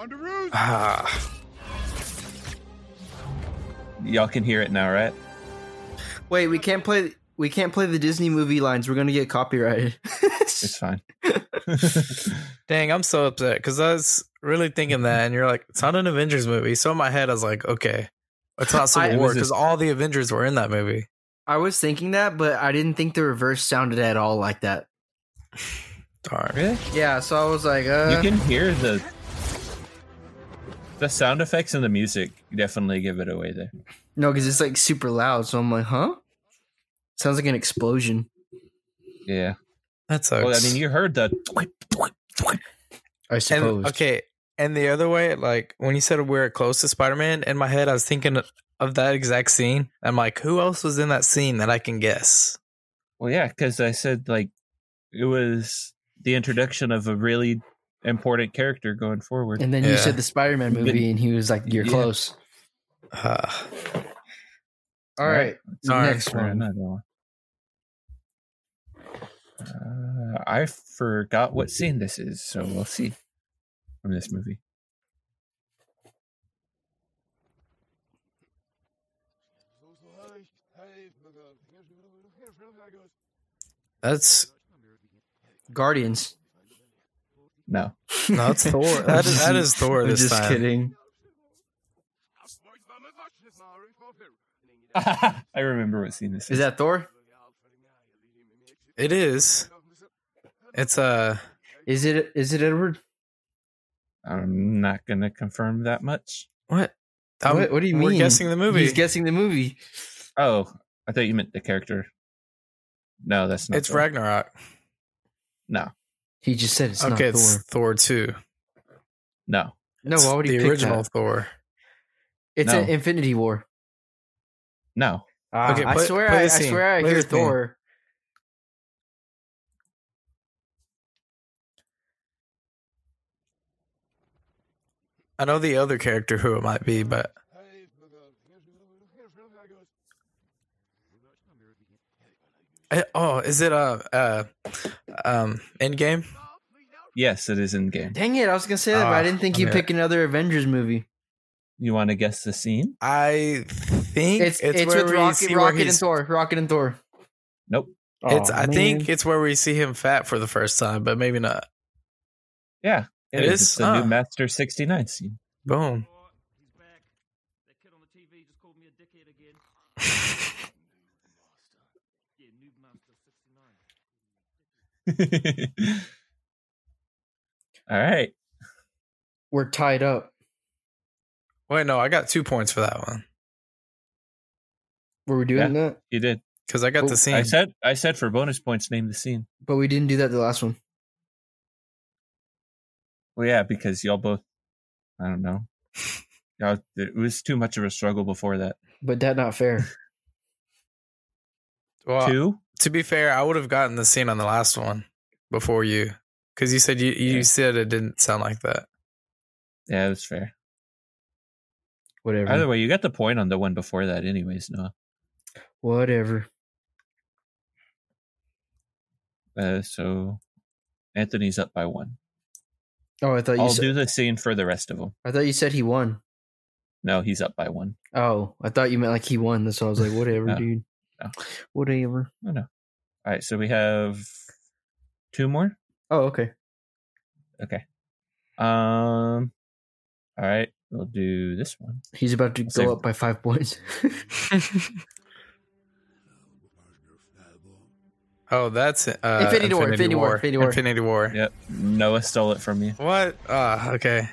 B: Ah.
C: Y'all can hear it now, right?
A: Wait, we can't play. We can't play the Disney movie lines. We're gonna get copyrighted.
C: It's fine.
B: <sighs> dang, I'm so upset because I was really thinking that, and you're like, it's not an Avengers movie. So in my head, I was like, okay, it's
A: <laughs>
B: not
A: I-
B: Civil
A: it
B: War
C: was a-
B: because all the Avengers were in that movie.
A: <laughs> I was thinking that, but I didn't think the reverse sounded at all like that.
B: Darn.
C: really?
A: Yeah, so I was like,
C: You
A: uh,
C: can hear the the sound effects and the music definitely give it away there.
A: no, because it's like super loud. So I'm like, huh? Sounds like an explosion.
C: Yeah.
B: That sucks.
C: Well, I mean, you heard the
A: I
B: and,
A: suppose.
B: okay, and the other way, like when you said we're close to Spider Man, in my head, I was thinking of that exact scene. I'm like, who else was in that scene that I can guess? <sighs>
C: Well, yeah, because I said like it was the introduction of a really important character going forward.
A: And then you
B: Yeah.
A: said the Spider-Man
C: But-
A: movie, and he was like, "You're
C: Yeah.
A: close."
B: Uh,
A: All
C: right.
A: right,
B: Sorry.
A: next
C: Or
A: one.
C: another one. Uh, I forgot what scene this is, so we'll see. from this movie.
B: That's
A: Guardians.
C: No.
B: no, it's
A: <laughs>
B: Thor. That is that is Thor
A: I'm
B: this
A: just
B: time.
A: kidding.
C: <laughs> I remember what scene this is.
A: Is that Thor?
B: <laughs> It is. <laughs> It's uh
A: Is it? Is it Edward?
C: I'm not going to confirm that much.
B: what? Um,
A: what, what do you mean?
B: We're guessing the movie.
A: He's guessing the movie.
C: Oh, I thought you meant the character. No, that's not.
B: it's
C: Thor.
B: Ragnarok.
C: No,
A: He just said it's
B: okay,
A: not
B: it's
A: Thor.
B: Thor too.
C: no.
A: No,
B: It's
A: why would he
B: the
A: pick
B: original
A: that?
B: Thor?
A: It's
C: No.
A: an Infinity War.
C: No.
A: Ah,
B: Okay,
A: I
B: play-
A: swear,
B: play
A: I, I
B: the scene.
A: swear, I
B: Play
A: hear
B: the scene.
A: Thor.
B: I know the other character who it might be, but Eh, oh, is it uh uh um Endgame?
C: Yes, it is in game.
A: Dang it! I was gonna say that, but
B: Ah,
A: I didn't think
B: I
A: you'd
B: knew
A: pick another Avengers movie.
C: You want to guess the scene?
B: I think
A: It's
B: it's,
A: it's,
B: where
A: with
B: we
A: Rocket,
B: see where
A: Rocket, and
B: he's.
A: Thor. Rocket and Thor.
C: Nope.
B: It's I
A: Aw,
B: think
A: man.
B: it's where we see him fat for the first time, but maybe not.
C: Yeah,
B: It is?
C: It's the
B: Ah.
C: new Master 69 scene. <laughs>
B: Boom.
C: All right.
A: we're tied up.
B: Wait, no, I got two points for that one
A: Were we doing that?
C: You did.
B: because I got
A: Oh, I
B: the scene.
C: I said I said for bonus points, name the scene.
A: But we didn't do that the last one.
C: Well, yeah, because y'all both, I don't know. Y'all, it was too much of a struggle before that.
A: But that not
B: <laughs>
A: fair.
B: well,
C: Two?
B: to be fair, I would have gotten the scene on the last one before you, because you said you you
C: Yeah.
B: said it didn't sound like that.
C: Yeah, that's fair.
A: Whatever.
C: Either way, you got the point on the one before that, anyways, Noah.
A: Whatever.
C: Uh, so Anthony's up by one.
A: Oh, I thought you.
C: I'll
A: Said,
C: do the scene for the rest of them.
A: I thought you said he won.
C: No, he's up by one.
A: Oh, I thought you meant like he won. That's why I was like, whatever,
C: No.
A: dude.
C: No.
A: Whatever.
C: No, Oh, no. All right, so we have two more.
A: Oh, okay.
C: Okay. Um. All right, we'll do this one.
A: He's about to go
C: Same.
A: up by five <laughs> points.
B: Oh, that's uh,
A: Infinity War, Infinity War, Infinity War.
B: Infinity War.
C: Yep. Noah stole it from you.
B: What? Ah, okay.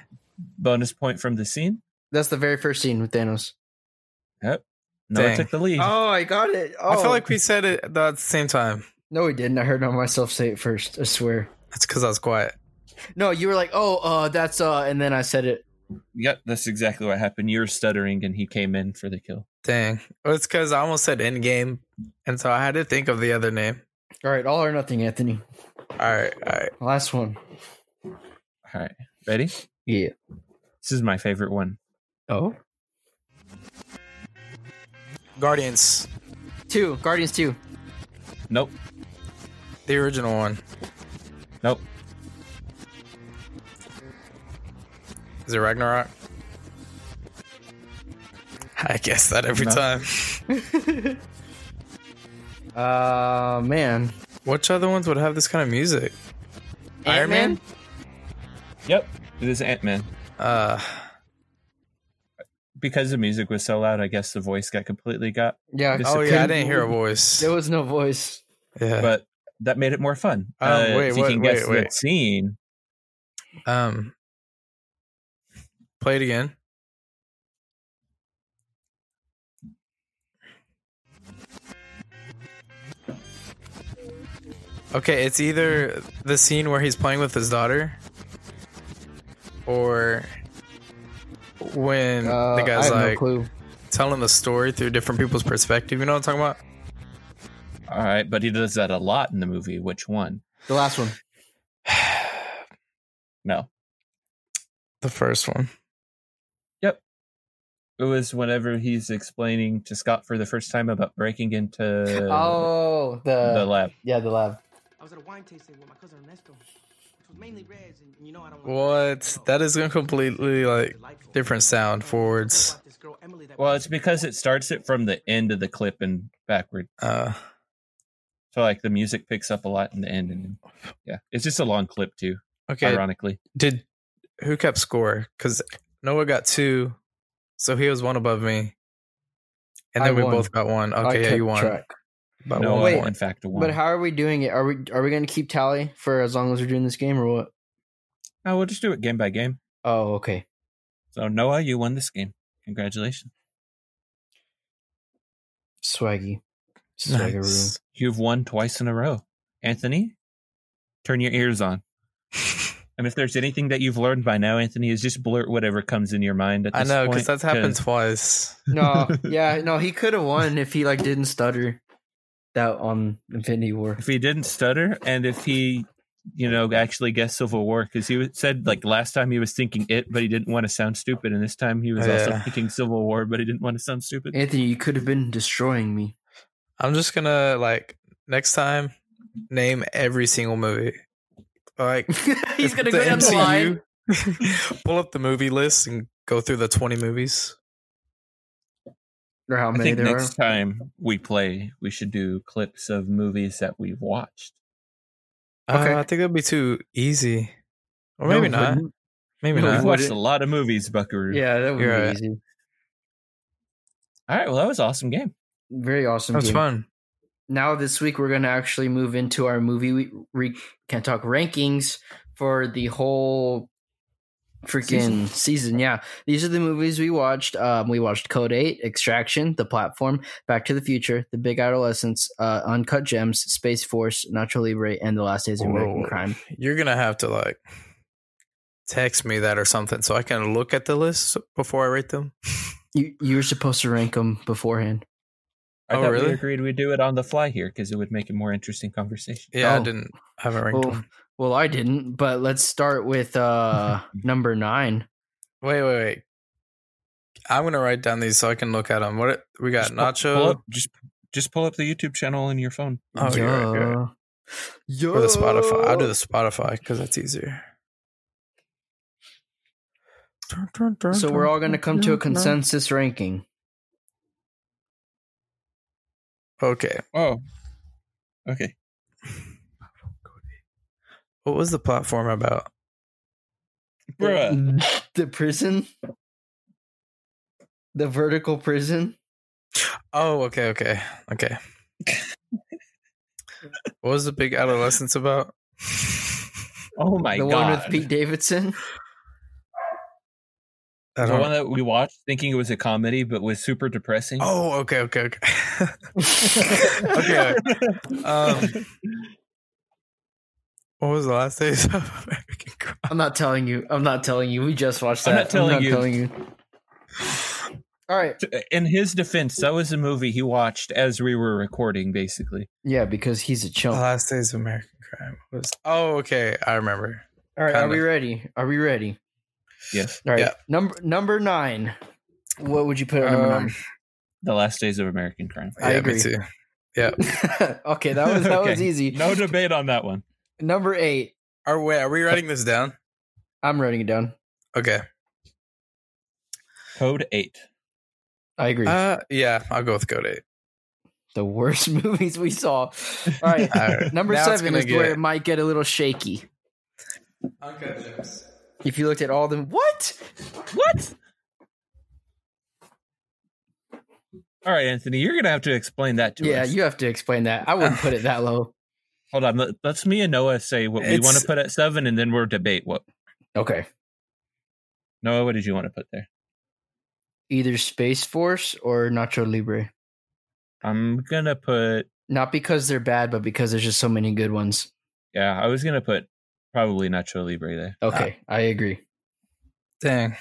C: Bonus point from the scene.
A: That's the very first scene with Thanos.
C: Yep. Noah
B: Dang.
C: took the lead.
A: Oh, I got it. Oh.
B: I feel like we said it at the same time.
A: No, he didn't. I heard it on myself say it first. I swear.
B: That's because I was quiet.
A: No, you were like, "Oh, uh, that's uh," and then I said it.
C: Yep, that's exactly what happened. You were stuttering, and he came in for the kill.
B: Dang. Well, it's because I almost said Endgame, and so I had to think of the other name.
A: All right, all or nothing, Anthony.
B: All right, all right.
A: Last one.
C: All right, ready?
A: Yeah.
C: This is my favorite one.
A: Oh.
B: Guardians,
A: Two Guardians two.
C: Nope,
B: the original one.
C: nope.
B: Is it Ragnarok? I guess that every
C: No.
B: time.
A: Uh, man.
B: Which other ones would have this kind of music? Iron Man?
A: Ant-Man?
C: Yep, it is Ant Man.
B: Uh,
C: Because the music was so loud, I guess the voice got completely got.
A: Yeah.
C: This-
B: oh yeah, I
A: couldn't-
B: didn't hear a voice.
A: There was no voice.
B: yeah.
C: But that made it more fun. Uh,
B: Um, Uh. wait,
C: if you
B: wait,
C: can
B: wait,
C: guess the
B: wait.
C: scene.
B: Um, play it again. Okay, it's either the scene where he's playing with his daughter, or when
A: Uh,
B: the guy's
A: I have no
B: like
A: clue.
B: telling the story through different people's perspective. You know what I'm talking about?
C: All right, but he does that a lot in the movie. Which one?
A: The last one.
C: No.
B: The first one.
C: It was whenever he's explaining to Scott for the first time about breaking into
A: oh, uh. the,
C: the lab.
A: yeah, the lab.
F: I was at a wine tasting with my cousin Ernesto.
B: What? That is a completely like different sound forwards.
C: Well, it's because <laughs>
F: <laughs>
C: it starts it from the end of the clip and backward.
B: Uh,
C: So like the music picks up a lot in the end, and yeah, it's just a long clip too.
B: okay.
C: Ironically,
B: Did who kept score? Because Noah got two, so he was one above me, and
A: I
B: then we
A: won.
B: both got one. Okay, yeah,
A: kept
B: you won.
A: track.
B: But
C: no,
B: one
A: wait,
B: point.
C: in fact, a one.
A: But how are we doing it? Are we are we going to keep tally for as long as we're doing this game or what?
C: No, Oh, we'll just do it game by game.
A: Oh, okay.
C: So Noah, you won this game. Congratulations.
A: Swaggy. Swaggeroo.
B: Nice.
C: You've won twice in a row. Anthony, turn your
B: <laughs>
C: ears on. And if there's anything that you've learned by now, Anthony, is just blurt whatever comes in your mind. At
B: I
C: this
B: know
C: point,
B: because that's happened twice. <laughs>
A: No, yeah, no, he could have won if he like didn't stutter that on Infinity War.
C: if he didn't stutter and if he you know actually guessed civil war because he said like last time he was thinking it but he didn't want to sound stupid and this time he was also
B: Yeah.
C: thinking civil war but he didn't want to sound stupid
A: Anthony, you could have been destroying me. <laughs>
B: I'm just gonna like next time name every single movie. Like
A: <laughs> He's
B: if
A: gonna
B: <laughs> the
A: go down the line.
B: MCU, <laughs> pull up the movie list and go through the 20 movies.
A: Or how
C: i
A: many
C: think
A: there are.
C: next time we play we should do clips of movies that we've watched
A: Okay.
B: Uh, I think that'd be too easy, or maybe
A: No,
B: not.
A: wouldn't.
B: Maybe
A: No,
B: not.
C: we've
A: would
C: watched
A: it-
C: a lot of movies buckaroo
A: Yeah, that would
B: You're
A: be
B: right.
A: easy.
C: all right well that was an awesome game
A: Very awesome.
B: That was
A: game.
B: fun.
A: Now this week we're gonna actually move into our movie we re- can't talk rankings for the whole freaking season. Yeah, these are the movies we watched. Um, we watched Code Eight, Extraction, The Platform, Back to the Future, The Big Adolescence, uh, Uncut Gems, Space Force, Nacho Libre, and The Last Days of American
B: Whoa.
A: Crime.
B: You're gonna have to like text me that or something so I can look at the list before I rate them.
A: You you were supposed to rank them beforehand.
C: i
B: Oh,
C: thought we
B: really?
C: agreed we'd do it on the fly here because it would make a more interesting conversation
B: Yeah, I
A: Oh.
B: didn't. I haven't ranked
A: Well,
B: them.
A: well, I didn't. But let's start with
B: <laughs>
A: uh, number nine.
B: Wait, wait, wait. I'm gonna write down these so I can look at them. What we got?
C: Just pu-
B: Nacho.
C: pull up, just just pull up the youtube channel on your phone
B: Oh, you're right, you're right.
A: Yo.
B: Or the Spotify. I'll do the Spotify because that's easier.
A: So we're all going to come to
B: <laughs> Mm-hmm.
A: a consensus ranking.
B: Okay.
C: oh okay
B: What was the platform about?
C: Bruh.
A: The prison? The vertical prison?
B: Oh, okay, okay, okay. what was the big adolescence about?
C: Oh my
A: the
C: god.
A: one with Pete Davidson?
B: I
C: the
B: don't-
C: one that we watched thinking it was a comedy but was super depressing.
B: oh, okay, okay, <laughs> okay.
A: <laughs>
B: okay. Um, what was the last day <laughs> of American Crime?
A: I'm not telling you. I'm not telling you. We just watched that.
C: I'm not telling you.
A: All right.
C: <laughs> In his defense, that was a movie he watched as we were recording, basically.
A: Yeah, because he's a
B: The
C: Uh,
A: chump.
B: last days of American Crime was. Oh, okay, I remember.
A: All right. Are
B: kinda.
A: we ready? Are we ready?
C: Yes.
A: All right.
B: Yeah.
A: Number number nine. What would you put at number
B: Um,
A: nine?
C: Uh, The Last Days of American <laughs> Crime.
A: I
B: Yeah,
A: agree.
B: me too.
A: <laughs> okay, that was
C: <laughs>
A: that was
C: Okay.
A: easy.
C: No debate on that one.
A: Number eight.
B: Are wait, are we writing this down?
A: I'm writing it down.
B: Okay.
C: Code 8.
A: I agree.
B: Uh, yeah, I'll go with Code Eight.
A: <laughs> the worst <laughs> movies we saw. All right.
B: Alright.
A: Number
B: Now it's
A: seven
B: gonna
A: is
B: get-
A: where it might get a little shaky.
B: Uncut Gems.
A: If you looked at all the what? What?
C: All right, Anthony, you're going to have to explain that to
A: Yeah,
C: us.
A: you have to explain that. I wouldn't put it
B: <sighs>
A: that low.
C: Hold on. let- Let's me and Noah say what we
B: It's-
C: want to put at 7 and then we'll debate what.
A: Okay.
C: Noah, what did you want to put there?
A: Either Space Force or Nacho Libre.
C: I'm going to put
A: Not because they're bad, but because there's just so many good ones.
C: Yeah, I was going to put probably Nacho Libre there.
A: Okay,
B: Ah.
A: I agree.
B: Dang.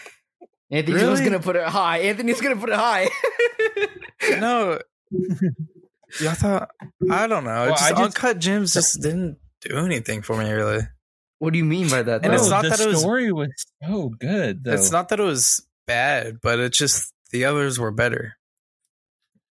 A: Anthony's was
B: Really?
A: gonna put it high. Anthony's gonna put it high. <laughs>
B: No. yeah, I thought I don't know.
C: Well,
B: just,
C: I just-
B: Uncut Gems just didn't do anything for me really.
A: what do you mean by that?
B: And
A: though?
B: it's
C: Bro,
B: not
C: Oh, the
B: that it was-
C: story was so good. Though.
B: It's not that it was bad, but it's just the others were better.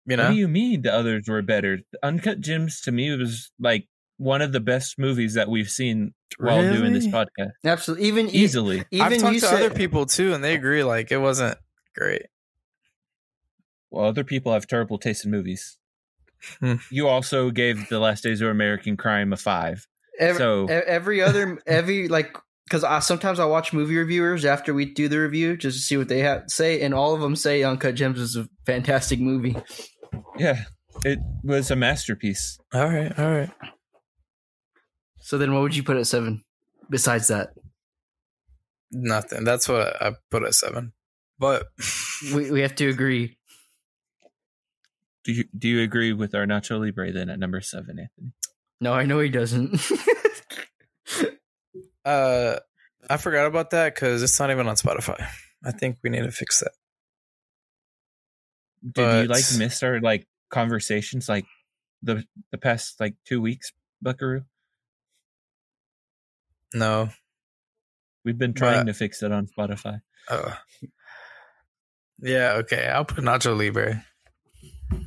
B: You know?
C: What do you mean the others were better? Uncut Gems to me was like one of the best movies that we've seen while doing this
B: Really?
C: podcast.
A: Absolutely. Even easily.
C: Easily.
A: Even
B: I've talked
A: you
B: to
A: said,
B: other people too, and they agree like it wasn't great.
C: Well, other people have terrible taste in movies.
B: Hmm.
C: You also gave The Last Days of American Crime a five.
A: Every,
C: So-
A: e- every other every like because I sometimes I watch movie reviewers after we do the review just to see what they have say, and all of them say Uncut Gems is a fantastic movie.
C: Yeah, it was a masterpiece.
B: All right, all right.
A: So then, what would you put at seven? Besides that,
B: Nothing. That's what I put at seven. But
A: we we have to agree.
C: Do you do you agree with our Nacho Libre then at number seven, Anthony?
A: No, I know he doesn't. <laughs>
B: uh I forgot about that because it's not even on Spotify. I think we need to fix that.
C: Did
B: But-
C: you like miss our like conversations like the the past like two weeks, Buckaroo?
B: No.
C: We've been trying
B: But-
C: to fix it on Spotify.
B: Oh. Yeah, okay. I'll put Nacho Libre.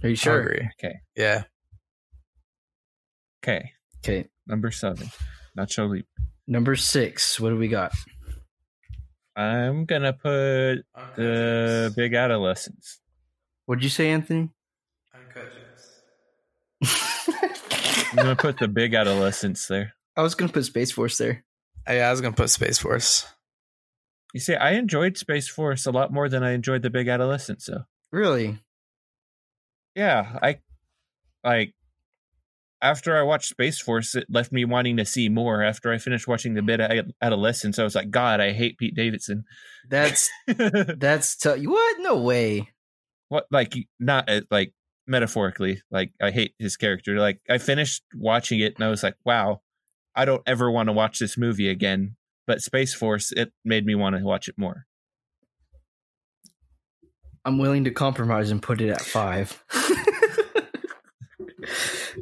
A: Are you
B: Sure.
A: sure?
C: Okay.
B: Yeah.
C: Okay.
A: Okay,
C: Number seven. Nacho Libre.
A: number six. What do we got?
C: I'm gonna put the
B: Uh,
C: big adolescence.
A: What'd you say, Anthony? <laughs>
B: Uncut Gems.
C: I'm gonna put the big adolescence there.
A: I was gonna put Space Force there.
B: Yeah, I was gonna put Space Force.
C: You see, I enjoyed Space Force a lot more than I enjoyed the big adolescence. So
A: Really?
C: yeah, I like after I watched Space Force, it left me wanting to see more. After I finished watching the big Ad- adolescence, I was like, God, I hate Pete Davidson. <laughs>
A: That's that's t- what? No way.
C: what like not uh, like metaphorically like i hate his character like i finished watching it and i was like wow i don't ever want to watch this movie again but space force it made me want to watch it more
A: I'm willing to compromise and put it at
C: <laughs>
A: five.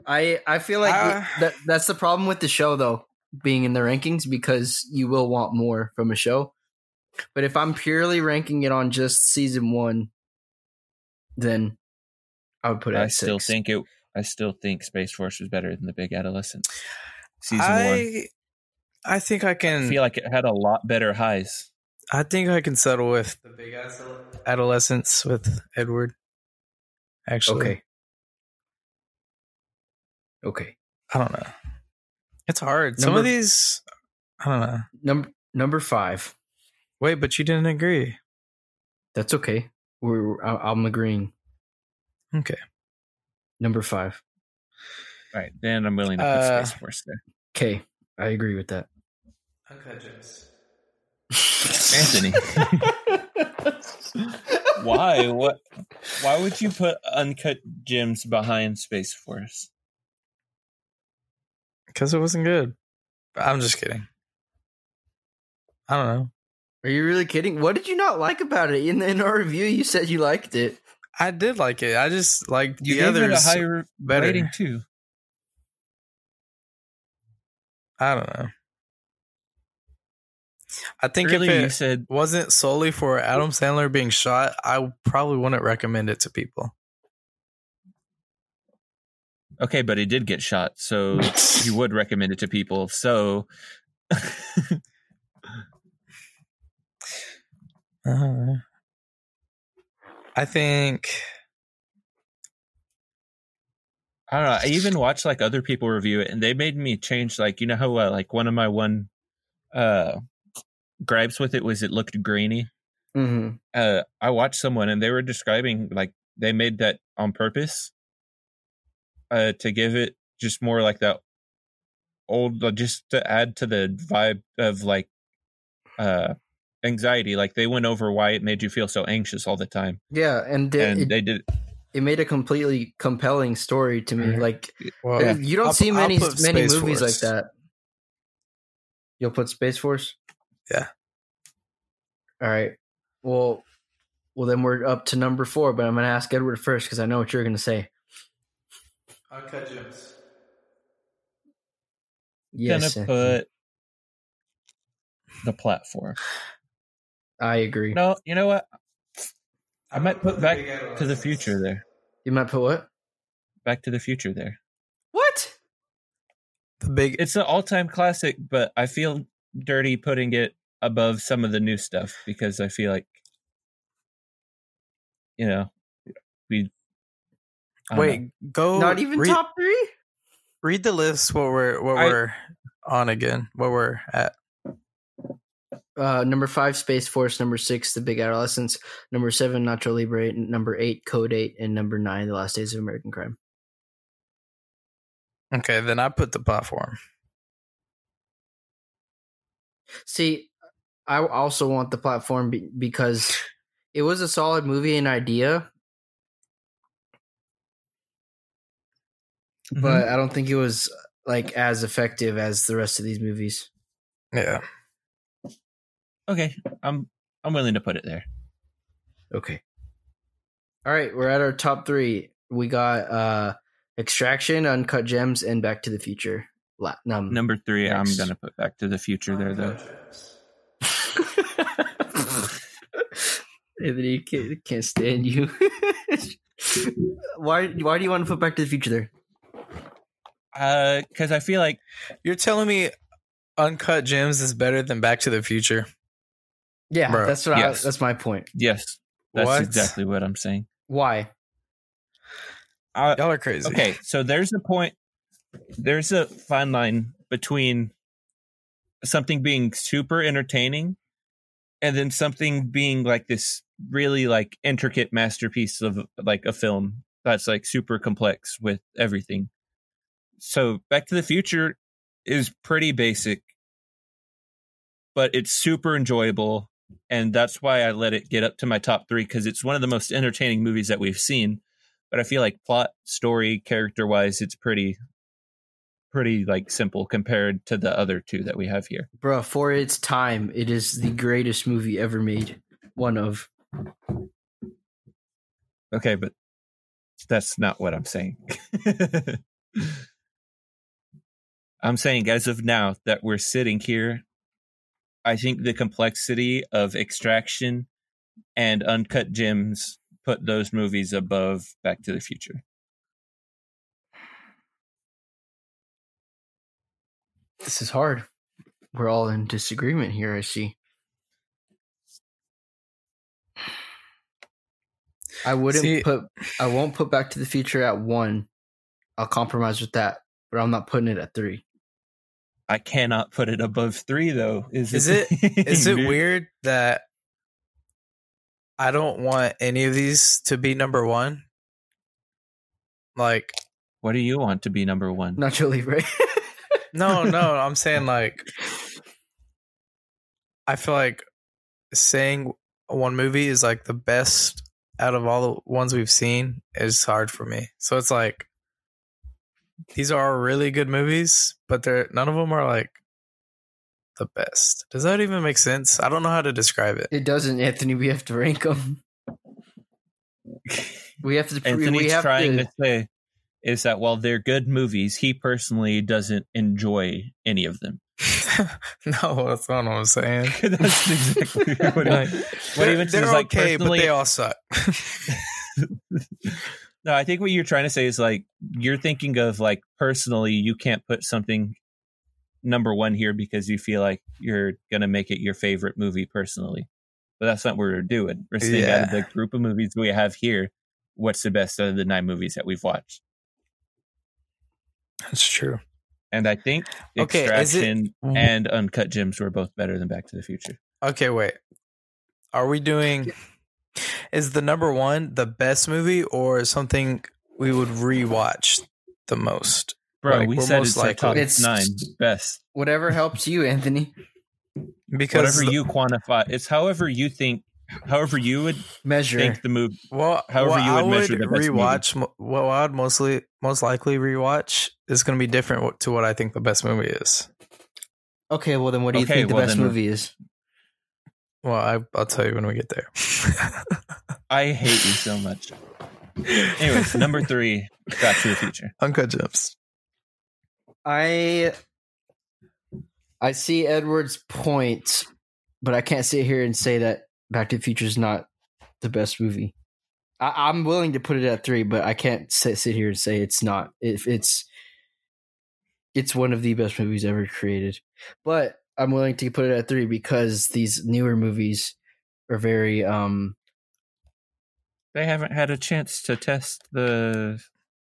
A: I I feel like
B: Uh.
A: that that's the problem with the show though, being in the rankings because you will want more from a show. But if I'm purely ranking it on just season one, then I would put it
C: i
A: at
C: still
A: six.
C: think it i still think space force was better than the big adolescence season one
B: I I think I
C: i
B: can
C: feel like it had a lot better highs
B: I think I can settle with the big ass adolescence with Edward. Actually,
A: okay. Okay.
B: I don't know. It's hard. Some of
A: Number-
B: these, I don't know.
A: Number number five.
B: Wait, but you didn't agree.
A: That's okay. We're, we're- I- I'm agreeing.
B: Okay.
A: Number five.
C: All right then i'm willing to put
B: Uh,
C: space force there
A: Okay, I agree with that.
B: Uncut Gems.
C: anthony <laughs> why what why would you put uncut gems behind space force
B: Because it wasn't good. I'm just kidding. I don't know.
A: Are you really kidding? What did you not like about it? In, in our review, you said you liked it.
B: I did like it. I just like
C: You
B: the
C: gave it a
B: others.
C: higher
B: better.
C: rating too.
B: I don't know. I think
C: Earlier
B: if
C: you
B: it
C: said
B: wasn't solely for Adam Sandler being shot, I probably wouldn't recommend it to people.
C: okay, but he did get shot, so you would recommend it to people. So
A: Uh-huh.
B: Uh, I think
C: I don't know. I even watched like other people review it, and they made me change. Like you know how uh, like one of my one uh gripes with it was it looked grainy.
A: Mm-hmm.
C: Uh, I watched someone, and they were describing like they made that on purpose uh to give it just more like that old like, just to add to the vibe of like uh anxiety like they went over why it made you feel so anxious all the time
A: Yeah, and, it-
C: and
A: it,
C: they did
A: it made a completely compelling story to me.
C: Mhm.
A: Like
B: well,
A: uh, you don't
B: Oh, I'll
A: see
B: pu-
A: many
B: I'll put
A: many
B: Space
A: movies
B: Force.
A: like that. You'll put Space Force.
B: Yeah.
A: All right. Well, well then we're up to number four. But I'm gonna ask Edward first because I know what you're gonna say.
B: Uncut Gems.
A: Yes,
C: gonna
A: Anthony.
C: put the platform
A: I agree.
C: no you know what i might put back to the future there
A: You might put what?
C: back to the future there
A: What?
B: The big
C: It's an all-time classic, but I feel dirty putting it above some of the new stuff because I feel like, you know, we. I don't know.
B: wait. Go
A: Not even
B: read,
A: top three.
B: Read the list. What we're what
C: I-
B: we're on again. What we're at.
A: Uh, number five, Space Force. Number six, The Big Adolescence. Number seven, Nacho Libre. Number eight, Code Eight, and number nine, The Last Days of American Crime.
B: Okay, then I put the platform.
A: See, I also want the platform be- because it was a solid movie and idea,
C: Mm-hmm.
A: but I don't think it was like as effective as the rest of these movies.
B: Yeah.
C: Mm-hmm. okay, I'm I'm willing to put it there.
A: Okay. All right, we're at our top three. We got uh Extraction, Uncut Gems, and Back to the Future. La- num.
C: Number three,
A: Mm, Next.
C: I'm gonna put Back to the Future there though.
A: Anthony can't, can't stand you. <laughs> why? Why do you want to put Back to the Future there?
C: Uh, because I feel like
B: You're telling me Uncut Gems is better than Back to the Future?
A: Yeah,
B: Bro,
A: that's what.
C: yes.
A: I, that's my point.
C: yes, that's
B: What?
C: exactly what I'm saying.
A: Why?
C: I,
B: Y'all are crazy.
C: okay so there's a point there's a fine line between something being super entertaining and then something being like this really like intricate masterpiece of like a film that's like super complex with everything so back to the future is pretty basic but it's super enjoyable and that's why i let it get up to my top three because it's one of the most entertaining movies that we've seen but I feel like plot, story, character wise, it's pretty, pretty like simple compared to the other two that we have here.
A: Bruh, for its time, it is the greatest movie ever made. One of.
C: Okay, but that's not what I'm saying. <laughs> I'm saying as of now that we're sitting here, I think the complexity of Extraction and Uncut Gems put those movies above Back to the Future.
A: This is hard. We're all in disagreement here. I see. I wouldn't
B: See-
A: put. I won't put Back to the Future at one. I'll compromise with that, but I'm not putting it at three.
C: I cannot put it above three, though. Is,
B: Is
C: <laughs> the thing,
B: Is it
C: dude.
B: weird that I don't want any of these to be number one? Like,
C: What do you want to be number one?
A: Nacho Libre.
B: no, no, I'm saying like, I feel like saying one movie is like the best out of all the ones we've seen is hard for me. So it's like, these are really good movies, but they're none of them are like the best. Does that even make sense? I don't know how to describe it.
A: <laughs> it doesn't, Anthony. We have to rank them. <laughs> We have to. we
C: Anthony's
A: have
C: trying to, <laughs> say is that while they're good movies, he personally doesn't enjoy any of them. <laughs>
B: <laughs> no, that's not what I'm saying.
A: <laughs>
C: That's exactly what he <laughs>
B: Like,
C: what
B: They're-
C: even
B: they're
C: says, like,
B: okay, but
C: personally-
B: they all suck.
C: <laughs> no, I think what you're trying to say is like you're thinking of like personally, you can't put something number one here because you feel like you're gonna make it your favorite movie personally. But that's not what we're doing. We're saying out of the group of movies we have here, what's the best out of the nine movies that we've watched?
B: That's true.
C: And I think
B: Okay, is it- Mm-hmm.
C: Extraction and Uncut Gems were both better than Back to the Future.
B: Okay, wait. Are we doing? Is the number one the best movie or something we would rewatch the most?
C: Bro,
B: Like,
C: we
B: we're
C: said
B: most
C: it's our
B: likely-
C: top
A: It's-
C: nine best.
A: whatever helps you, Anthony.
B: Because
C: Whatever you quantify, it's however you think, however you would
A: Measure.
C: think the movie.
B: well,
C: however
B: what
C: you would
B: I
C: measure the best movie.
B: rewatch. mo- What I would mostly most likely rewatch is going to be different wh- to what I think the best movie is.
A: Okay, well then, what do you
C: Okay,
A: think the
C: well
A: best
C: then-
A: movie is?
B: Well, I, I'll tell you when we get there. <laughs>
C: I hate you so much.
B: <laughs>
C: Anyways, number three, Back to the Future.
B: Uncut Gems.
A: I I see Edward's point, but I can't sit here and say that Back to the Future is not the best movie. I, I'm willing to put it at three, but I can't sit, sit here and say it's not. If it's it's one of the best movies ever created. But I'm willing to put it at three because these newer movies are very um
C: They haven't had a chance to test the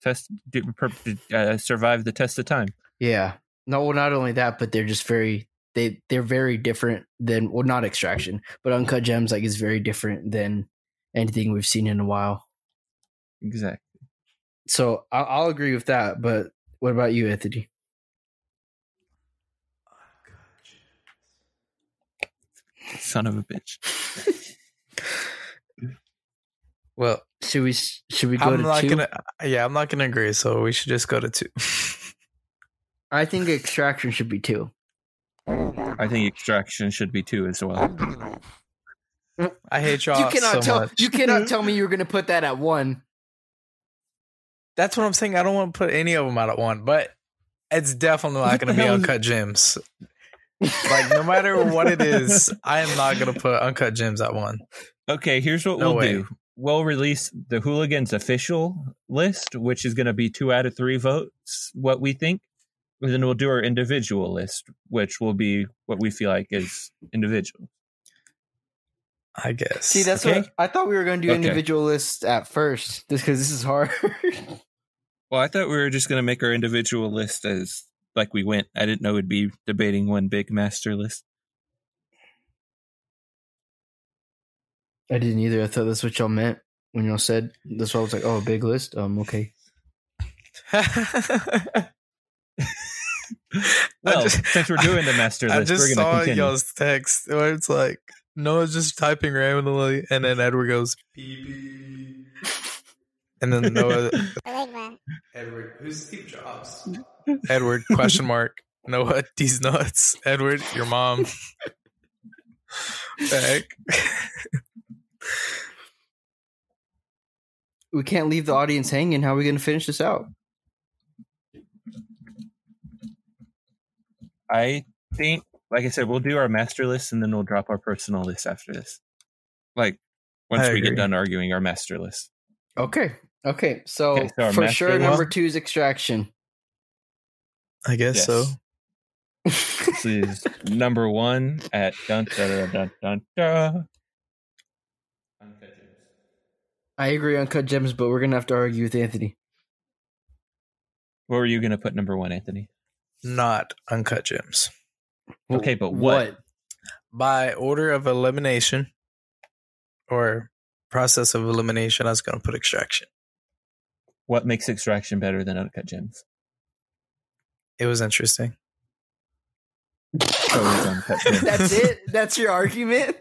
C: test do, per, uh, survive the test of time.
A: yeah. No, well, not only that, but they're just very they they're very different than well, not Extraction, but Uncut Gems like is very different than anything we've seen in a while.
C: Exactly.
A: So I'll, I'll agree with that. But what about you, Anthony?
C: Son of a bitch.
B: Well,
A: Should we should we go
B: I'm
A: to
B: not
A: 2
B: gonna. Yeah, I'm not gonna agree. So we should just go to two. <laughs>
A: I think Extraction should be two.
C: I think extraction should be two as well.
B: I hate y'all.
A: you cannot
B: so
A: tell
B: much.
A: you <laughs> cannot tell me you were going to put that at one.
B: That's what I'm saying. I don't want to put any of them out at one, but it's definitely not
C: What
B: going
C: the
B: to be
C: hell is-
B: uncut gems. Like no matter what it is, I am not going to put uncut gems at one.
C: Okay, here's what
B: No
C: we'll
B: way.
C: do. We'll release the hooligans official list, which is going to be two out of three votes, what we think. And then we'll do our individual list, which will be what we feel like is individual.
B: I guess.
A: See,
B: <laughs>
A: that's
C: Okay.
A: what I thought we were going to do
C: Okay.
A: individual lists at first, just because this is hard. <laughs>
C: Well, I thought we were just going to make our individual list as like we went. I didn't know it'd be debating one big master list. <laughs>
A: I didn't either. I thought that's what y'all meant when y'all said that's why I was like, oh, big list. Um, okay. <laughs>
C: Well,
B: just-
C: since we're doing the master
B: <laughs> I
C: list,
B: just
C: we're going to
B: saw
C: continue.
B: y'all's text where it's like Noah's just typing randomly, and then Edward goes PB, and then Noah
E: Enigma.
D: Edward, who's Steve Jobs?
B: Edward question mark Noah these nuts Edward your mom back
A: We can't leave the audience hanging. How are we going to finish this out?
C: I think, like I said, we'll do our master list and then we'll drop our personal list after this. Like once
B: I
C: we get
B: agree.
C: done arguing our master list.
A: Okay. Okay. So,
C: Okay, so our
A: for
C: master
A: sure,
C: list-
A: number two is Extraction.
B: I guess so
C: Yes. This is number one at dun dun dun dun dun. dun.
A: <laughs> I agree on Cut Gems, but we're going to have to argue with Anthony.
C: What were you gonna put number one, Anthony?
B: not uncut gems
C: Okay, but what?
B: by order of elimination or process of elimination I was gonna put extraction
C: What makes extraction better than uncut gems?
B: it was interesting
A: Oh,
C: So is uncut gems.
A: That's it? That's your argument?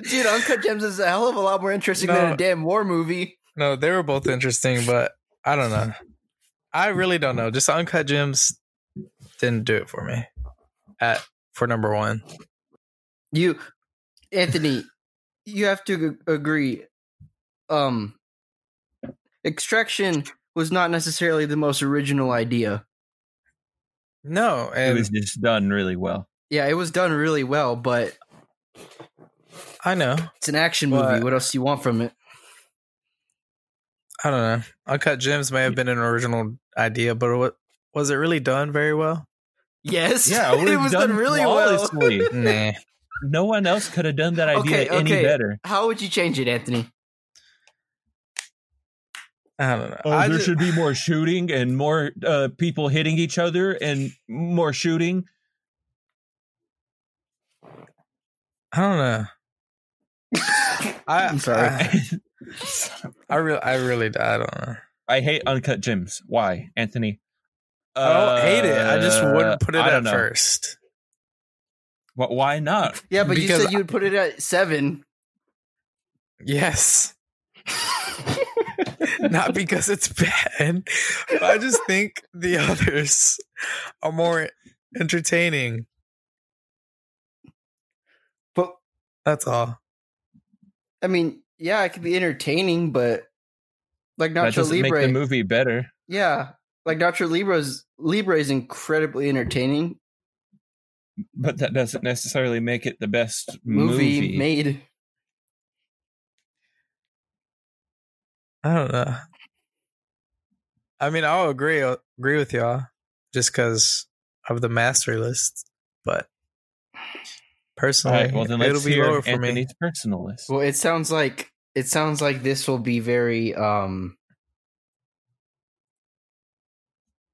A: Dude, Uncut Gems is a hell of a lot more interesting than
B: No.
A: a damn war movie.
B: no they were both interesting but I don't know I really don't know just uncut gems didn't do it for me at for number one
A: You, Anthony, you have to ag- agree. Um, Extraction was not necessarily the most original idea.
B: no
C: <laughs> It
B: and
C: was just done really well.
A: Yeah, it was done really well, but
B: I know
A: it's an action
B: But-
A: movie. What else do you want from it?
B: I don't know. Uncut Gems may have been an original idea, but what was it really done very well?
A: Yes. <laughs>
C: Yeah, it
A: it was done, really well.
C: flawlessly.
B: Nah.
C: <laughs> no one else could have done that idea
A: Okay,
C: any
A: okay.
C: better.
A: How would you change it, Anthony?
B: I don't know.
C: Oh,
B: I
C: there
B: ju-
C: should be more shooting and more uh, people hitting each other and more <laughs> shooting.
B: I don't know. I, <laughs>
A: I'm sorry.
B: I, I really, I really, I don't know.
C: I hate uncut gems. Why, Anthony? Uh,
B: I don't hate it. Uh, I just wouldn't put it
C: I
B: at
C: don't know.
B: first.
C: Wh- Why not?
A: Yeah, but you
B: Because
A: said you would put it at seven.
B: Yes. <laughs> Not because it's bad. But I just think the <laughs> others are more entertaining.
A: But
B: That's all.
A: I mean, yeah, it could be entertaining, but like
C: That
A: Nacho
C: doesn't make the
A: Libre,
C: movie better.
A: yeah, like Nacho Libre's Libre is incredibly entertaining
C: But that doesn't necessarily make it the best
A: movie,
C: movie.
A: made.
B: I don't know. I mean, I'll agree uh, agree with y'all just because of the mastery list, but
C: All
B: personally,
C: right, well then let's
B: it'll be
C: hear
B: lower for me.
C: Anthony's personal list.
A: Well, it sounds like it sounds like this will be very um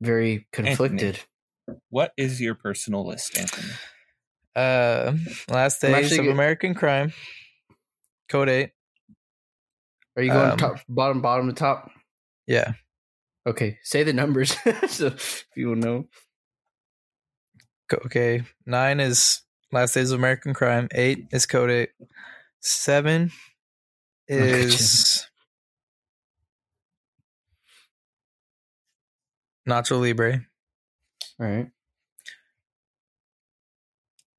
A: very conflicted.
C: What is your personal
A: <sighs>
C: list, Anthony?
B: Uh, Last
A: I'm
B: Days
A: actually
B: of
A: g-
B: American Crime, Code Eight.
A: Are you going
B: Um,
A: top bottom bottom to top?
B: Yeah,
A: Okay, say the numbers <laughs> so people know.
B: Co- okay. Nine is Last Days of American Crime. Eight is Code Eight. Seven Oh,
A: at you.
B: is Nacho Libre.
A: All right.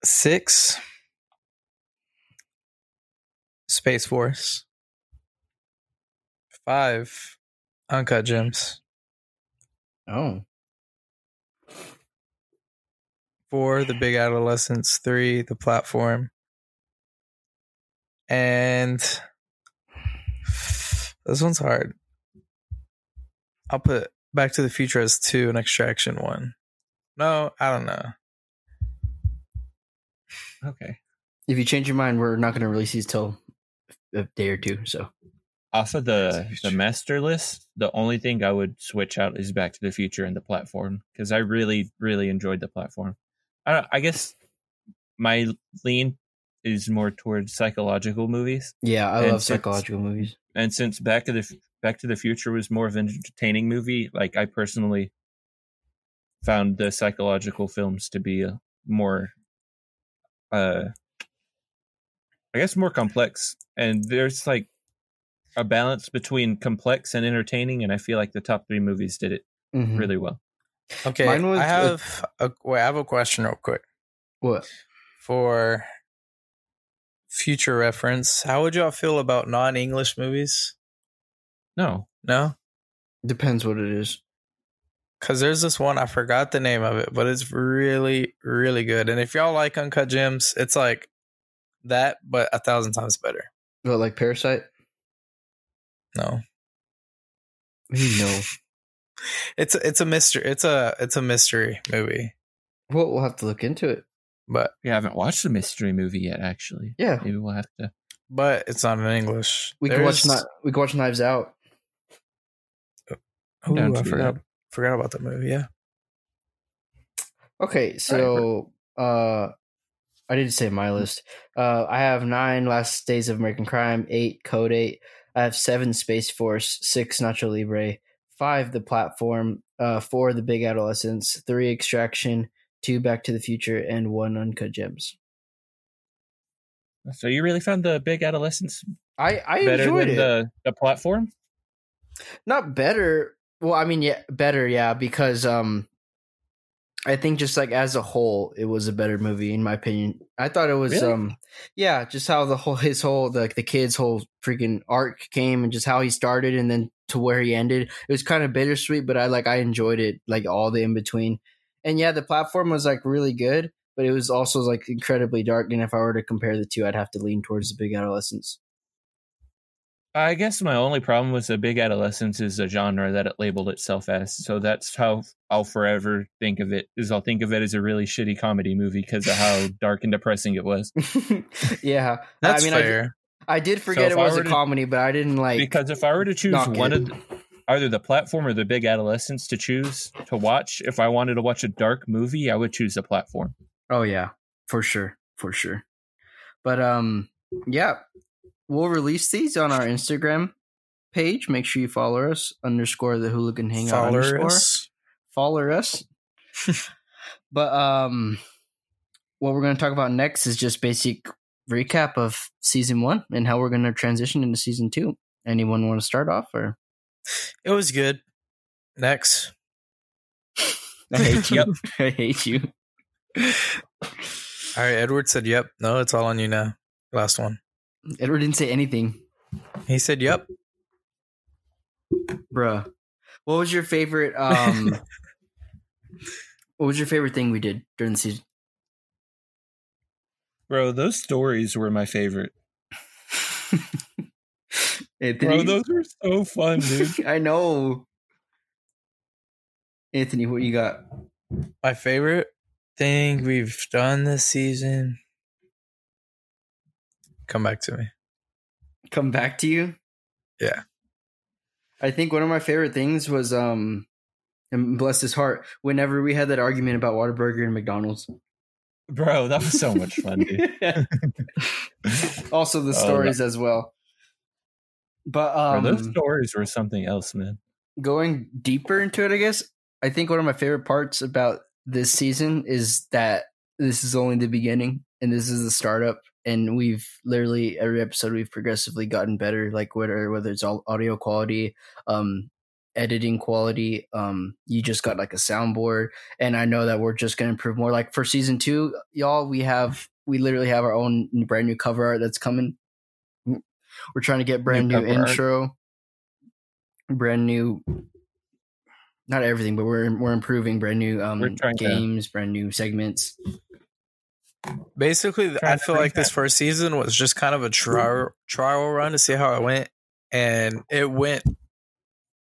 B: six space force five uncut gems
A: Oh,
B: four the big adolescence three the platform and this one's hard i'll put back to the future as two and extraction one no i don't know
C: Okay.
A: if you change your mind, we're not going to release these till a day or two. So
C: Off of the the master list, the only thing I would switch out is Back to the Future and the platform because I really really enjoyed the platform. I don't, I guess my lean is more towards psychological movies,
A: yeah, I
C: And
A: love
C: since-
A: psychological movies.
C: and since Back to the F- Back to the Future was more of an entertaining movie, like I personally found the psychological films to be a more, uh, I guess more complex. And there's like a balance between complex and entertaining, and I feel like the top three movies did it
A: Mhm.
C: really well.
B: okay
A: Mine was-
B: i have a, wait, i have a question real quick
A: What?
B: for future reference. How would y'all feel about non-English movies?
C: No,
B: No,
A: Depends what it is.
B: because there's this one I forgot the name of it, but it's really, really good. And if y'all like Uncut Gems, it's like that, but a thousand times better.
A: But like Parasite?
B: No,
A: No.
C: <laughs>
B: it's a, it's a mystery. It's a it's a mystery movie,
A: Well, we'll have to look into it.
B: but
C: we haven't watched the mystery movie yet. Actually,
A: Yeah,
C: maybe we'll have to.
B: but it's not in English.
A: we can watch.
B: There's-
A: Not we can watch Knives Out.
C: I'm down
B: Ooh,
C: to
B: I
C: do
B: forgot
C: that.
B: forgot about that movie. Yeah,
A: Okay, so uh I didn't say
C: Mm.
A: my list. Uh I have nine Last Days of American Crime, eight Code Eight. I have seven Space Force, six Nacho Libre, five The Platform, uh four The Big Adolescence, three Extraction, two Back to the Future, and one Uncut Gems.
C: So you really found the Big Adolescence
A: I I
C: better
A: enjoyed
C: than
A: it.
C: the the platform?
A: Not better. Well, I mean, yeah, better, yeah, because um, I think just like as a whole, it was a better movie in my opinion. I thought it was
C: Really?
A: um, yeah, just how the whole <laughs> his whole like the kid's whole freaking arc came and just how he started and then to where he ended. It was kind of bittersweet, but I like I enjoyed it like all the in between. And yeah, the platform was like really good, but it was also like incredibly dark. And if I were to compare the two, I'd have to lean towards the Big Adolescence.
C: I guess my only problem was the big adolescence is a genre that it labeled itself as. So that's how I'll forever think of it. Is I'll think of it as a really shitty comedy movie because of
A: <laughs>
C: how dark and depressing it was.
A: <laughs> yeah,
B: that's
A: I mean, I
B: fair.
A: I did forget
C: if
A: it
C: I
A: was
C: were
A: a
C: to-
A: comedy, but I didn't like.
C: Because if I were to choose
A: knock
C: one
A: it.
C: of the, either the platform or the big adolescence to choose to watch, if I wanted to watch a dark movie, I would choose the platform.
A: oh yeah, for sure, for sure. But um, yeah, we'll release these on our Instagram page. Make sure you follow us underscore the hooligan hangout
B: Followers.
A: underscore follow <laughs> us. but um, what we're going to talk about next is just basic recap of season one and how we're going to transition into season two. Anyone want to start off or?
B: It was good. Next.
A: I hate you.
C: Yep.
A: <laughs> I hate you.
B: All right, Edward said, "Yep." No, it's all on you now. Last one.
A: Edward didn't say anything.
B: He said, "Yep."
A: bruh what was your favorite
C: <laughs>
A: um what was your favorite thing we did during the season
C: Bro, those stories were my favorite.
A: Anthony, <laughs>
C: Bro, those were so fun, dude.
A: i know Anthony, what you got?
B: My favorite thing we've done this season. Come back to me.
A: Come back to you.
B: Yeah.
A: I think one of my favorite things was um, and bless his heart, whenever we had that argument about Whataburger and McDonald's.
C: Bro, that was so much
A: <laughs>
C: fun, dude.
A: also the
C: Oh,
A: stories as well. But
C: Bro,
A: um,
C: those stories were something else, man.
A: going deeper into it, I guess, I think one of my favorite parts about this season is that this is only the beginning and this is the startup. And we've literally every episode we've progressively gotten better, like whether whether it's all audio quality, um, editing quality. Um, you just got like a soundboard, and I know that we're just gonna improve more. Like for season two, y'all, we have we literally have our own brand new cover art that's coming. We're trying to get brand new,
C: cover art.
A: intro brand new not everything but we're we're improving brand new um
C: We're trying to-
A: games brand new segments
B: Basically,
C: Trying
B: I
C: to
B: feel
C: bring
B: like this
C: that-
B: first season was just kind of a trial trial run to see how it went, and it went,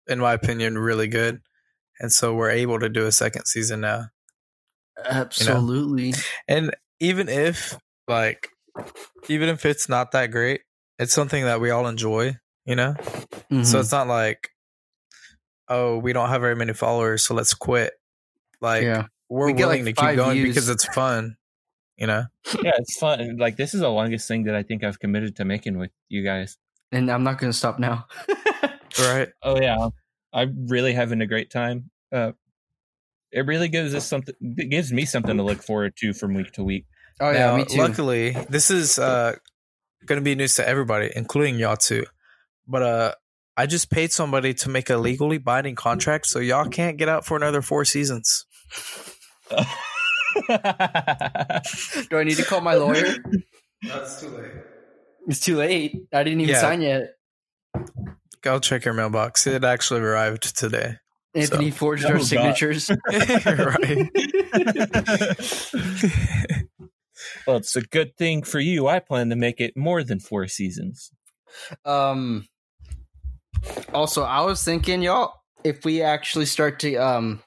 B: in my opinion, really good. And so we're able to do a second season now.
A: absolutely
B: And even if like, even if it's not that great, it's something that we all enjoy. You know,
A: Mm-hmm.
B: So it's not like, oh, we don't have very many followers, so let's quit. Like
A: yeah
B: we're
A: We get,
B: willing
A: like,
B: to keep
A: five
B: going
A: views.
B: because it's fun. You know?
C: Yeah, it's fun. And, Like this is the longest thing that I think I've committed to making with you guys.
A: and i'm not gonna stop now
B: Right.
C: Oh yeah, I'm really having a great time. Uh, it really gives us something. It gives me something to look forward to from week to <laughs> week.
A: oh yeah
B: Now,
A: me too
B: Luckily, this is uh gonna be news to everybody, including y'all too. But uh I just paid somebody to make a legally binding contract so y'all can't get out for another four seasons.
A: do i need to call my lawyer
D: That's too late.
A: it's too late i didn't even
B: Yeah.
A: sign yet
B: Go check your mailbox. It actually arrived
A: <laughs>
B: today. <laughs>
A: anthony forged
C: Oh,
A: our
C: God.
A: signatures
B: right.
C: well, it's a good thing for you. I plan to make it more than four seasons.
A: Um. Also, I was thinking, y'all, if we actually start to, um,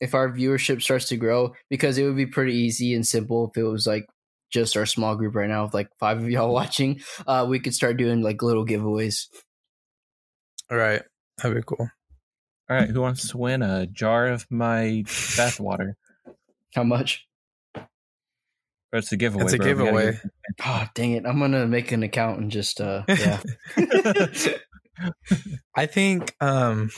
A: if our viewership starts to grow, because it would be pretty easy and simple if it was like just our small group right now, with like five of y'all <laughs> watching, uh, we could start doing like little giveaways.
B: right. That'd be cool.
C: All right, who wants to win a jar of my bath water?
A: How much?
C: Or it's a giveaway.
B: It's a
C: bro. We gotta
B: giveaway.
C: give-
A: Oh, dang it! I'm gonna make an account and just, uh, yeah.
C: <laughs>
B: I think um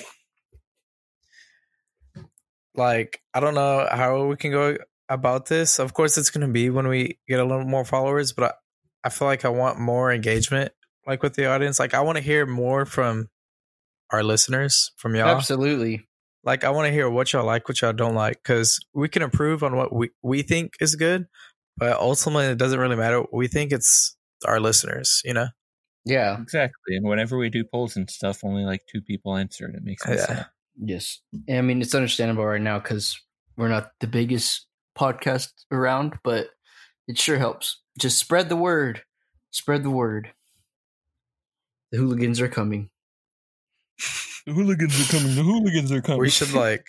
B: like I don't know how we can go about this. Of course it's going to be when we get a little more followers, but I, I feel like I want more engagement like with the audience. Like I want to hear more from our listeners, from y'all.
A: Absolutely.
B: Like I want to hear what y'all like, what y'all don't like cuz we can improve on what we we think is good, but ultimately it doesn't really matter. We think it's our listeners, you know.
A: Yeah.
C: Exactly. And whenever we do polls and stuff, only like two people answer it. It makes me
B: Yeah.
C: sad.
A: Yes. And, I mean, it's understandable right now because we're not the biggest podcast around, but it sure helps. Just spread the word. Spread the word. The hooligans are coming.
C: The hooligans are coming. The hooligans are coming.
B: we <laughs> should like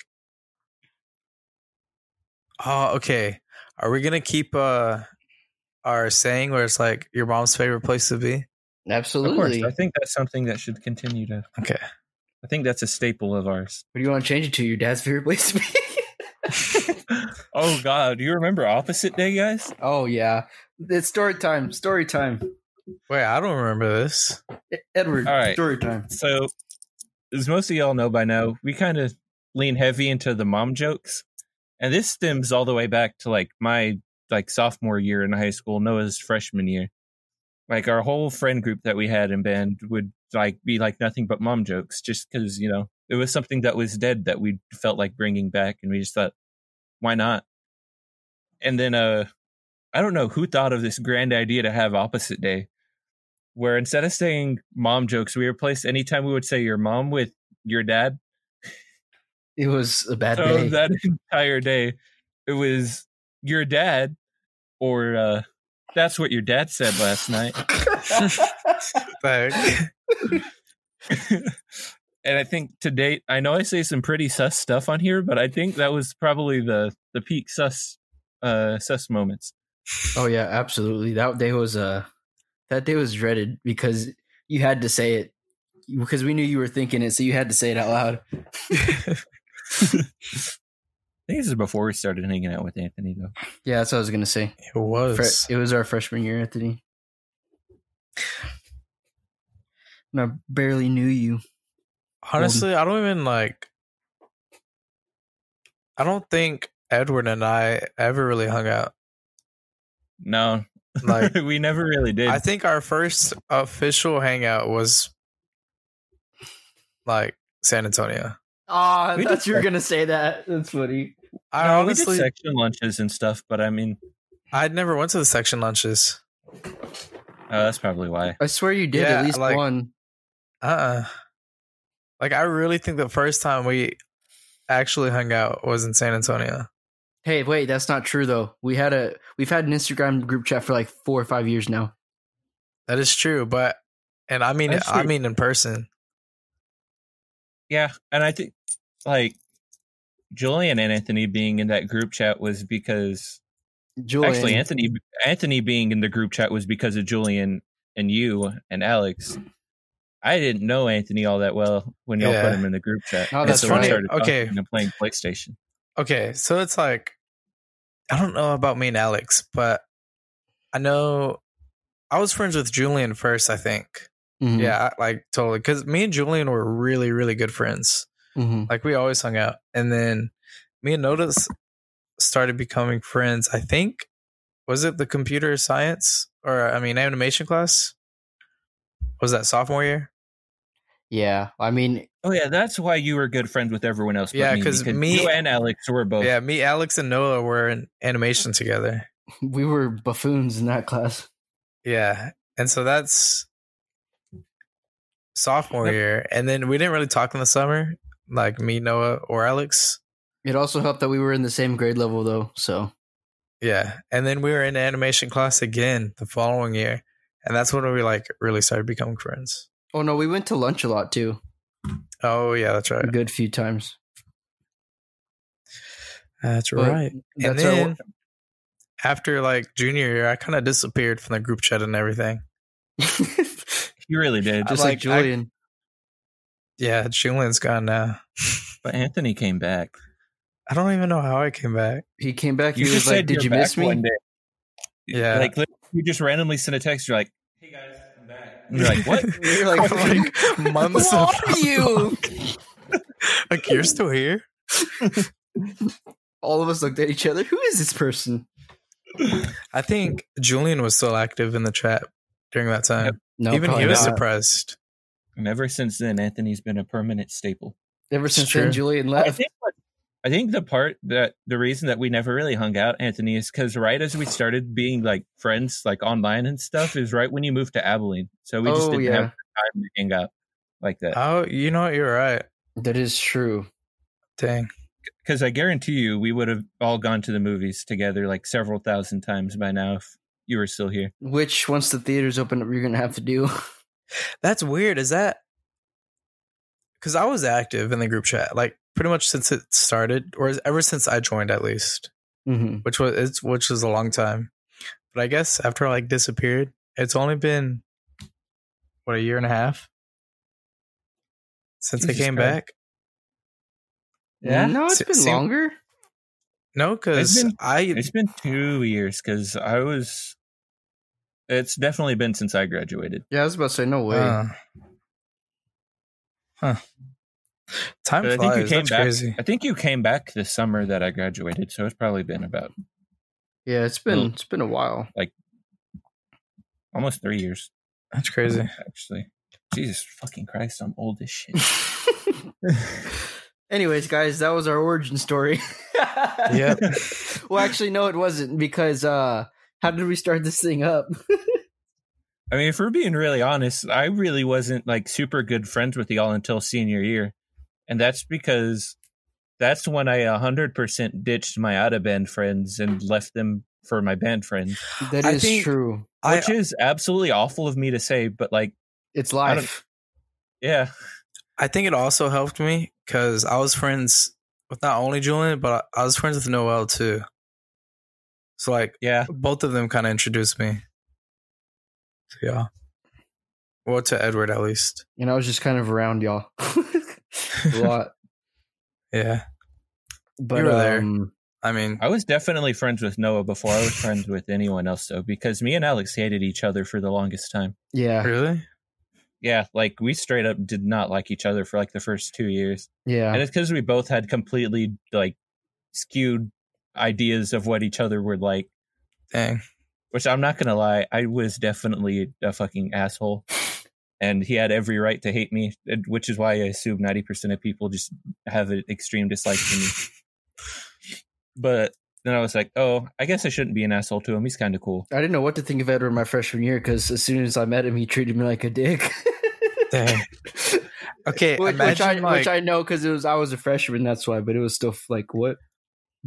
B: oh okay are we gonna keep uh our saying where it's like your mom's favorite place to be
C: <laughs> Of course.
A: Absolutely.
C: I think that's something that should continue to.
B: okay
C: I think that's a staple of <laughs> ours.
A: What do you want to change it to? Your dad's favorite place to be?
C: <laughs> Oh God, do you remember Opposite Day, guys?
A: oh, yeah. It's story time. Story time.
B: wait i don't remember this
A: E- Edward,
C: All right.
A: story time.
C: So, as most of y'all know by now, we kind of lean heavy into the mom jokes, and this stems all the way back to like my like sophomore year in high school, Noah's freshman year. Like our whole friend group that we had in band would like be like nothing but mom jokes, just because you know it was something that was dead that we felt like bringing back, and we just thought, why not? And then, uh, I don't know who thought of this grand idea to have opposite day, where instead of saying mom jokes, we replaced anytime we would say your mom with your dad.
A: It was a bad
C: so
A: day.
C: that entire day, it was your dad, or uh, that's what your dad said
B: <laughs>
C: last night.
B: like
C: <laughs> and I think to date, I know I say some pretty sus stuff on here, but I think that was probably the the peak sus uh sus moments.
A: Oh yeah, absolutely. That day was uh that day was dreaded because you had to say it because we knew you were thinking it, so you had to say it out loud.
C: I think this is before we started hanging out with Anthony though.
A: Yeah, that's what I was gonna say.
B: It was.
A: Fre- it was our freshman year, Anthony. And I barely knew you.
B: Honestly, I don't even like. I don't think Edward and I ever really hung out.
C: No,
B: <laughs> Like,
C: <laughs> we never really did.
B: I think our first official hangout was like San Antonio.
A: Ah,
C: We did
A: you were gonna say that. That's funny.
B: I
C: No, we
B: honestly,
C: did section lunches and stuff, but I mean,
B: I'd never went to the section lunches.
C: oh, that's probably why.
A: I swear you did
B: Yeah,
A: at least
B: like-
A: one.
B: Uh, uh like I really think the first time we actually hung out was in San Antonio.
A: Hey, wait, that's not true though. We had a we've had an Instagram group chat for like four or five years now.
B: That is true, but and I mean,
C: That's
B: I
C: true.
B: mean in person.
C: Yeah, and I think like Julian and Anthony being in that group chat was because
A: Julian,
C: actually Anthony Anthony being in the group chat was because of Julian and you and Alex. I didn't know Anthony all that well when y'all
B: Yeah.
C: put him in the group chat.
A: Oh,
C: And
A: that's
C: we
A: funny.
C: talking
B: Okay.
C: and playing PlayStation.
B: Okay, so it's like I don't know about me and Alex, but I know I was friends with Julian first. I think,
C: Mm-hmm.
A: Mhm,
B: yeah, I, like totally, because me and Julian were really, really good friends.
A: mhm.
B: Like we always hung out, and then me and Notice started becoming friends. I think was it the computer science or I mean animation class? Was that sophomore year?
A: yeah. I mean,
C: Oh yeah, that's why you were good friends with everyone else. but
B: Yeah,
C: me,
B: 'cause me-
C: you and Alex were both.
B: Yeah, me, Alex, and Noah were in animation together.
A: we were buffoons in that class.
B: Yeah. And so that's sophomore year. And then we didn't really talk in the summer, like me, Noah, or Alex.
A: It also helped that we were in the same grade level though, so
B: Yeah. And then we were in animation class again the following year. And that's when we like really started becoming friends.
A: Oh no, we went to lunch a lot too.
B: Oh yeah, that's right.
A: A good few times.
B: That's
A: But
B: And
A: That's
B: then
A: <laughs> our,
B: after like junior year, I kind of disappeared from the group chat and everything.
A: just
C: you really did.
B: I
A: like,
C: Just
B: like- I-
A: Julian.
B: Yeah, Julian's gone now.
C: but Anthony came back.
B: I don't even know how I came back.
A: he came back.
C: You
A: he was
C: just said
A: like, "Did
C: you're
A: you miss
C: back
A: me?" <laughs>
C: one day.
B: Yeah.
C: Like li- you just randomly sent a text. You're like,
D: Hey guys, I'm back.
C: you're like what?
B: <laughs>
A: You're like,
C: <laughs>
B: Like, like months
A: Who
B: of-
A: are you?
B: <laughs> like you're still here?
A: All of us looked at each other. Who is this person?
B: I think Julian was still active in the chat during that time.
A: No,
B: Even he
A: probably
B: was
A: not.
B: surprised.
C: and ever since then, Anthony's been a permanent staple.
A: Ever
B: It's
A: since
B: true.
A: then, Julian
C: I
A: left.
C: think, what- I think the part that the reason that we never really hung out, Anthony, is because right as we started being like friends, like online and stuff, is right when you moved to Abilene. So we just
A: Oh,
C: didn't
A: yeah. Uh,
C: have time to hang out like that.
B: Oh, you know what? You're right.
A: That is true.
B: Dang.
C: Because I guarantee you, we would have all gone to the movies together like several thousand times by now if you were still here.
A: Which once the theaters open up, you're gonna have to do. <laughs>
B: That's weird. Is that because I was active in the group chat, like pretty much since it started, or ever since I joined at least,
A: hmm
B: which was it's which was a long time. But I guess after I like disappeared, it's only been what a year and a half since I
C: Jesus
B: came
C: Christ.
B: back.
C: Yeah.
A: no, it's
B: Se-
A: been
B: seem-
A: longer.
B: No, because
C: been-
B: I uh,
C: It's been two years because I was. It's definitely been since I graduated.
A: Yeah, I was about to say no way.
B: Uh, huh. Time
C: But I
B: flies.
C: think you came
B: That's
C: back.
B: crazy.
C: I think you came back the summer that I graduated, so it's probably been about
A: yeah, it's been
C: Well-
A: it's been a
B: <laughs>
A: while. <laughs>
C: almost three years.
B: That's crazy.
C: actually. Jesus fucking Christ, I'm old
B: <laughs>
C: as shit.
A: Anyways, guys, that was our origin story.
C: <laughs>
B: Yep.
A: <laughs> well, actually, no, it wasn't because uh, how did we start this thing
B: <laughs>
A: up?
C: I mean, if we're being really honest, I really wasn't like super good friends with y'all until senior year. And that's because that's when I 100% ditched my out of band friends and left them for my band friends,
A: That is
B: I think-
A: true.
B: I,
C: which is absolutely awful of me to say, but like,
A: It's
C: I
A: life.
C: yeah.
B: I think it also helped me because I was friends with not only Julian, but I was friends with Noel too. So like
C: Yeah.
B: both of them kind of introduced me. So, yeah. Well, to Edward at least.
A: and I was just kind of around y'all <laughs> a lot.
B: <laughs> Yeah.
A: But
B: were there.
A: um,
B: I mean,
C: I was definitely friends with Noah before I was friends with anyone else, though, because me and Alex hated each other for the longest time.
A: <laughs> yeah,
B: really?
C: Yeah, like we straight up did not like each other for like the first two years.
A: yeah.
C: And it's because we both had completely like skewed ideas of what each other were like,
B: Dang.
C: which I'm not going to lie, I was definitely a fucking asshole. And he had every right to hate me, and- which is why I assume 90% of people just have an extreme dislike for me. But then I was like, oh, I guess I shouldn't be an asshole to him. He's kind of cool.
A: I didn't know what to think of Edward my freshman year because as soon as I met him, he treated me like a
B: <laughs>
A: dick. <laughs>
B: Dang. Okay,
A: which, which I,
B: imagine, like,
A: which I know because it was I was a freshman, that's why. But it was still like what?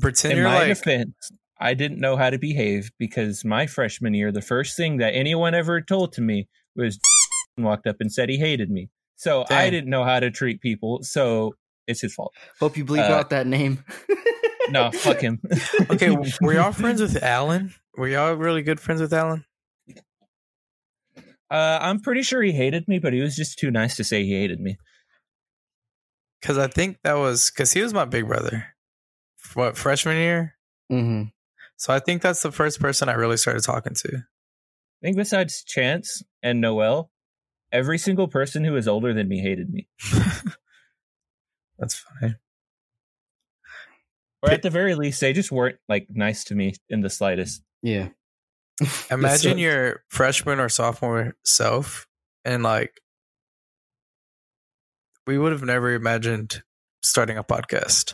B: pretend
C: in
B: you're
C: my
B: like
C: defense, I didn't know how to behave because my freshman year, the first thing that anyone ever told to me was <laughs> walked up and said he hated me. So I
B: Dang.
C: didn't know how to treat people. So it's his fault.
A: Hope you bleep
C: Uh,
A: out that name. <laughs>
C: No, fuck him.
B: <laughs>
C: <laughs>
B: okay, were y'all friends with Alan? Were y'all really good friends with Alan?
C: Uh, I'm pretty sure he hated me, but he was just too nice to say he hated me.
B: Because I think that was because he was my big brother. What freshman year?
A: hmm
B: So I think that's the first person I really started talking to.
C: I think besides Chance and Noel, every single person who was older than me hated me.
B: <laughs> That's funny.
C: Or at the very least, they just weren't like nice to me in the slightest.
A: Yeah. <laughs>
B: Imagine
A: sucks.
B: your freshman or sophomore self, and like, we would have never imagined starting a podcast.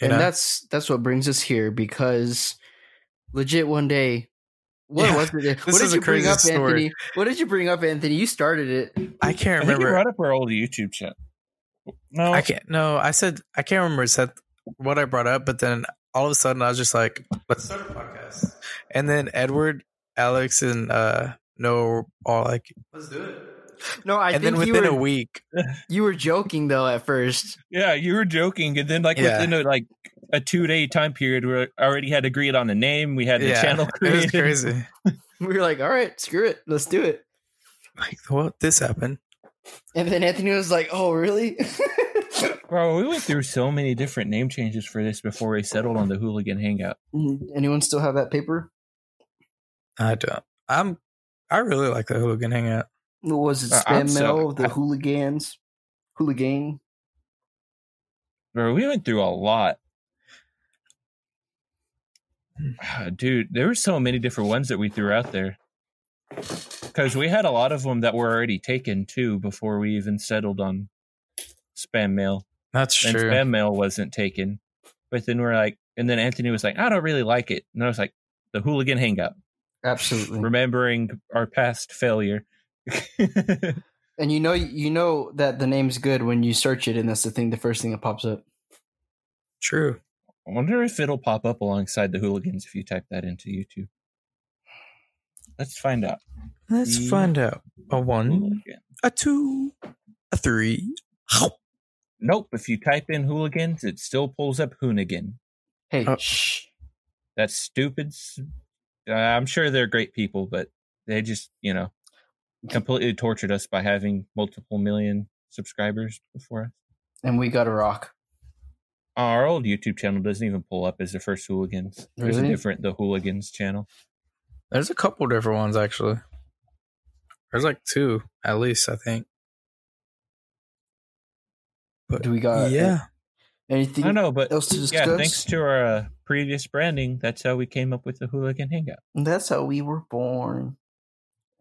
B: You
A: and
B: know?
A: that's that's what brings us here because legit one day what
B: Yeah,
A: was
B: <laughs>
A: it what
B: is
A: did
B: a
A: you bring
B: crazy
A: up
B: story.
A: anthony what did you bring up anthony you started it
B: I can't
C: I think you
B: remember.
C: brought up our old YouTube channel. No,
B: I can't. No, I said I can't remember said what I brought up, but then all of a sudden I was just like, "Let's start a podcast." And then Edward, Alex, and uh Noah were all like, "Let's do it."
A: no i
B: and
A: think
B: then
A: you
B: within
A: were,
B: a week,
A: you were joking though at first <laughs>
C: Yeah, you were joking, and then like
B: Yeah.
C: within a, like a two day time period, we already had agreed on a name. We had the
B: yeah,
C: channel
B: <laughs> it was
C: created.
B: crazy.
A: we were like all right screw it let's do it
B: Like, what? This happened.
A: and then anthony was like oh really <laughs>
C: Bro, we went through so many different name changes for this before we settled on the hooligan hangout.
A: Mm-hmm. anyone still have that paper
B: I don't. I'm. I really like the hooligan hangout.
A: What was it
C: Uh, I'm
A: spam
C: so-
A: mail the hooligans hooligan
C: Bro, we went through a lot. Ah, <sighs> Dude, there were so many different ones that we threw out there. Because we had a lot of them that were already taken too before we even settled on spam mail.
B: That's
C: and
B: true.
C: spam mail wasn't taken. But then we're like, and then Anthony was like, I don't really like it. And I was like, the hooligan hangout,
A: absolutely
C: remembering our past failure. <laughs>
A: and you know you know that the name's good when you search it and that's the thing the first thing that pops up
B: True.
C: I wonder if it'll pop up alongside the hooligans if you type that into YouTube. Let's find out.
B: Let's
C: Mm.
B: find out. A one,
C: Hooligan.
B: a two, a three.
C: Nope. If you type in hooligans, it still pulls up hoonigan.
A: hey
C: Oh.
B: Uh,
A: shh
C: That's stupid. s- uh, I'm sure they're great people, but they just, you know, completely tortured us by having multiple million subscribers before us.
A: and we got a rock
C: Our old YouTube channel doesn't even pull up as the first hooligans. There's a
A: Really?
C: different the hooligans channel.
B: There's a couple different ones actually. There's like two at least, I think.
A: Do we got
B: yeah,
C: I
A: anything
C: don't know, but
A: else to discuss?
C: yeah, thanks to our uh, previous branding, that's how we came up with the hooligan hangout.
A: And that's how we were born.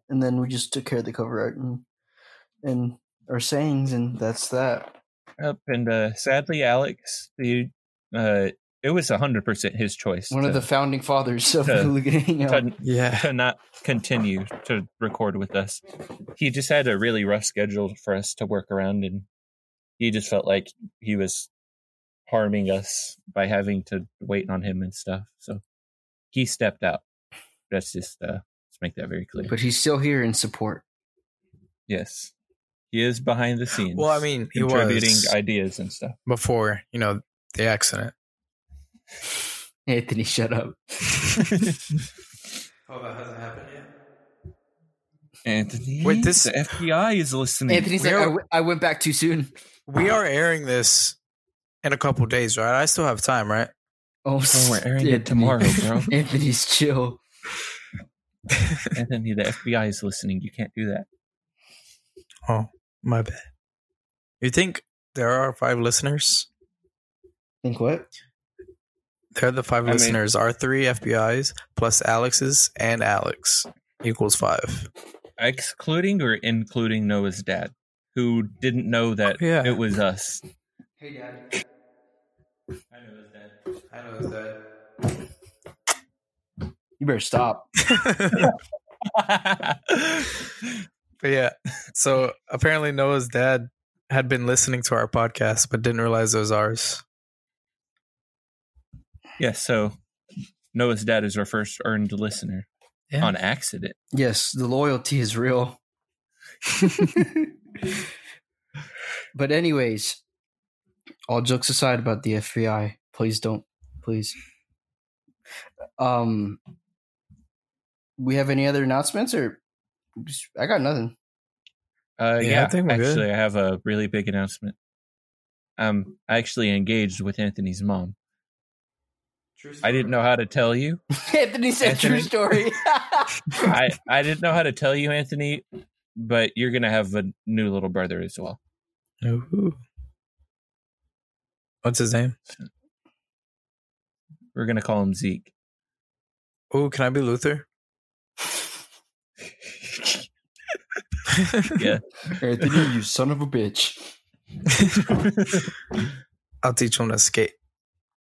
A: And then we just took care of the cover art and, and our sayings, and that's that.
C: Yep, and uh, sadly, Alex, the uh, it was hundred percent his choice.
A: One
C: to,
A: of the founding fathers of
C: to-
A: Hooligan Hangout.
C: to,
B: yeah.
C: to not continue to record with us. He just had a really rough schedule for us to work around, and he just felt like he was harming us by having to wait on him and stuff. So he stepped out. That's just uh, let's make that very clear.
A: But he's still here in support.
C: yes, He is behind the scenes.
B: Well, I mean, he
C: contributing
B: was
C: ideas and stuff.
B: before you know the accident.
A: Anthony, shut up.
C: <laughs>
D: Oh, that hasn't happened yet.
C: Anthony,
B: Wait, this-
C: the FBI is listening.
A: Anthony's
B: We
A: like,
B: are-
A: I, w- I went back too soon.
B: We are airing this in a couple days, right? I still have time, <laughs> right?
A: Oh,
C: oh, we're airing
A: Anthony.
C: it tomorrow, bro.
A: <laughs> Anthony's chill.
C: Anthony, the FBI is listening. You can't do that.
B: My bad. You think there are five listeners?
A: Think what?
B: They're the five
C: I mean-
B: listeners. Our three FBI's plus Alex's and Alex equals five.
C: Excluding or including Noah's dad, who didn't know that
B: Oh, yeah.
C: it was us.
A: Hey, Dad.
D: I know it's that.
A: You better stop.
B: <laughs>
C: <laughs>
B: but yeah, so apparently Noah's dad had been listening to our podcast, but didn't realize it was ours.
C: Yes, so Noah's dad is our first earned listener
B: Yeah.
C: on accident.
A: Yes, the loyalty is real. <laughs> but anyways, all jokes aside about the FBI, please don't, please. Um, we have any other announcements or? I got nothing.
C: Uh,
B: Yeah,
C: yeah,
B: I think we're good.
C: actually, I have a really big announcement. Um, I actually engaged with Anthony's mom.
D: True
C: I didn't know how to tell you.
A: <laughs> Anthony said
C: Anthony?
A: true story.
C: I, I didn't know how to tell you, Anthony, but you're going to have a new little brother as well.
B: Ooh. What's his name?
C: We're going to call him Zeke.
B: <laughs> Ooh, can I be Luther?
C: <laughs> Yeah.
A: <laughs> Anthony, you son of a bitch.
B: <laughs> I'll teach him to skate.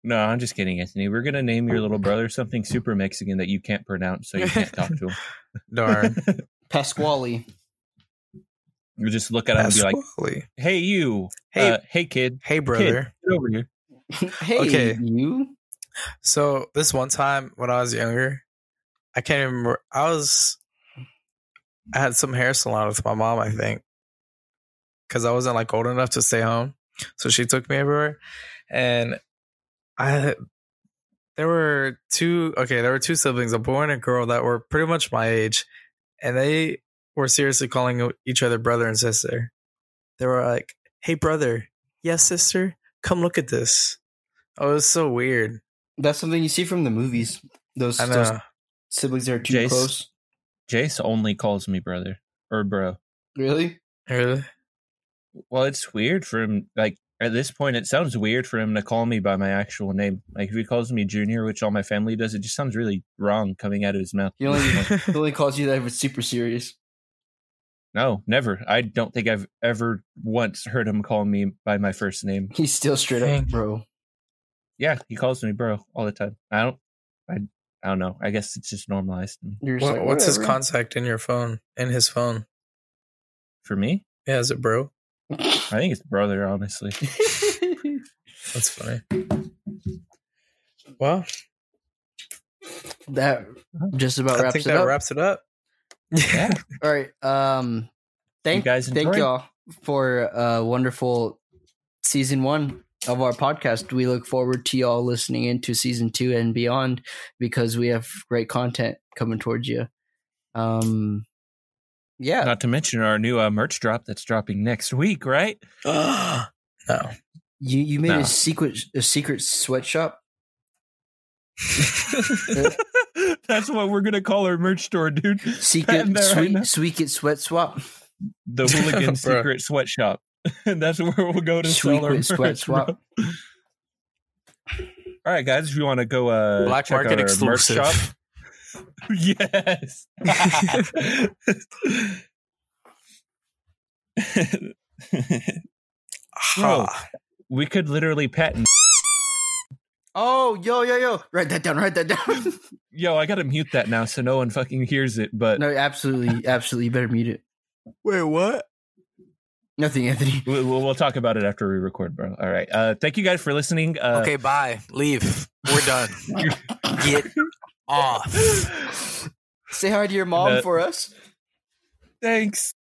C: No, I'm just kidding, Anthony. We're going to name your little brother something super Mexican that you can't pronounce, so you can't talk to him.
B: <laughs> Darn.
C: <laughs>
A: Pasquale.
C: You just look at him and
B: That's
C: be like,
B: like,
C: hey, you.
B: Hey.
C: uh, hey kid.
B: hey, brother.
C: Get over here.
A: <laughs> hey,
B: Okay.
A: you.
B: So this one time when I was younger, I can't even remember. I was, I had some hair salon with my mom, I think, because I wasn't like old enough to stay home, so she took me everywhere, and I, there were two. Okay, there were two siblings, a boy and a girl, that were pretty much my age, and they were seriously calling each other brother and sister. They were like, "Hey, brother, yes, sister, come look at this." Oh, it was so weird.
A: That's something you see from the movies. Those,
B: I
A: those
B: know.
A: siblings that are too
C: Jace.
A: close.
C: Jace only calls me brother or bro.
A: Really?
B: Really?
C: Well, it's weird for him. Like at this point, it sounds weird for him to call me by my actual name. Like if he calls me Junior, which all my family does, it just sounds really wrong coming out of his mouth.
A: He only he only calls you that if it's super serious.
C: <laughs> No, never. I don't think I've ever once heard him call me by my first name.
A: He's still straight
B: Dang.
A: up, bro.
C: Yeah, he calls me bro all the time. I don't. I. I don't know. I guess it's just normalized to me.
A: You're just
B: What,
A: like,
B: what's his
A: whatever.
B: contact in your phone? In his phone?
C: For me,
B: Yeah, is it bro?
C: I think it's brother. Honestly,
B: That's funny. Well,
A: <laughs> that just about
B: I
A: wraps
B: think
A: it
B: that
A: up.
B: wraps it
A: <gasps>
B: up.
C: yeah.
A: All right. Um, thank
C: You guys
A: thank
C: enjoyed?
A: y'all for uh wonderful season one of our podcast. We look forward to y'all listening into season two and beyond because we have great content coming towards you. Um, yeah.
C: Not to mention our new uh, merch drop that's dropping next week, right?
B: no.
A: You you made
C: No.
A: a secret a secret sweatshop.
C: <laughs> That's what we're gonna call our merch store, dude.
B: <laughs>
A: Secret
C: There, I know.
A: sweet <laughs> sweet sweat swap.
C: The Hooligan
B: Bruh.
C: Secret Sweatshop. <laughs> That's where we'll go to sell our
A: Secret
C: merch.
A: sweat
C: bro.
A: swap.
C: <laughs> All right, guys, if you want to go uh,
B: Black
C: check out
B: market
C: our
B: exclusive.
C: merch shop,
B: <laughs>
C: <laughs> yes. <laughs>
B: Ha.
C: we could literally patent.
A: Oh yo yo yo! Write that down. Write that down. <laughs>
C: Yo, I gotta mute that now so no one fucking hears it. But
A: no, absolutely, absolutely. You better mute it.
B: Wait, what?
A: Nothing, Anthony.
C: we- we'll, we'll talk about it after we record, bro. All right. Uh, thank you guys for listening. Uh,
B: okay, bye. Leave. We're done. Get off.
A: Say hi to your mom
C: No.
A: for us.
C: Thanks.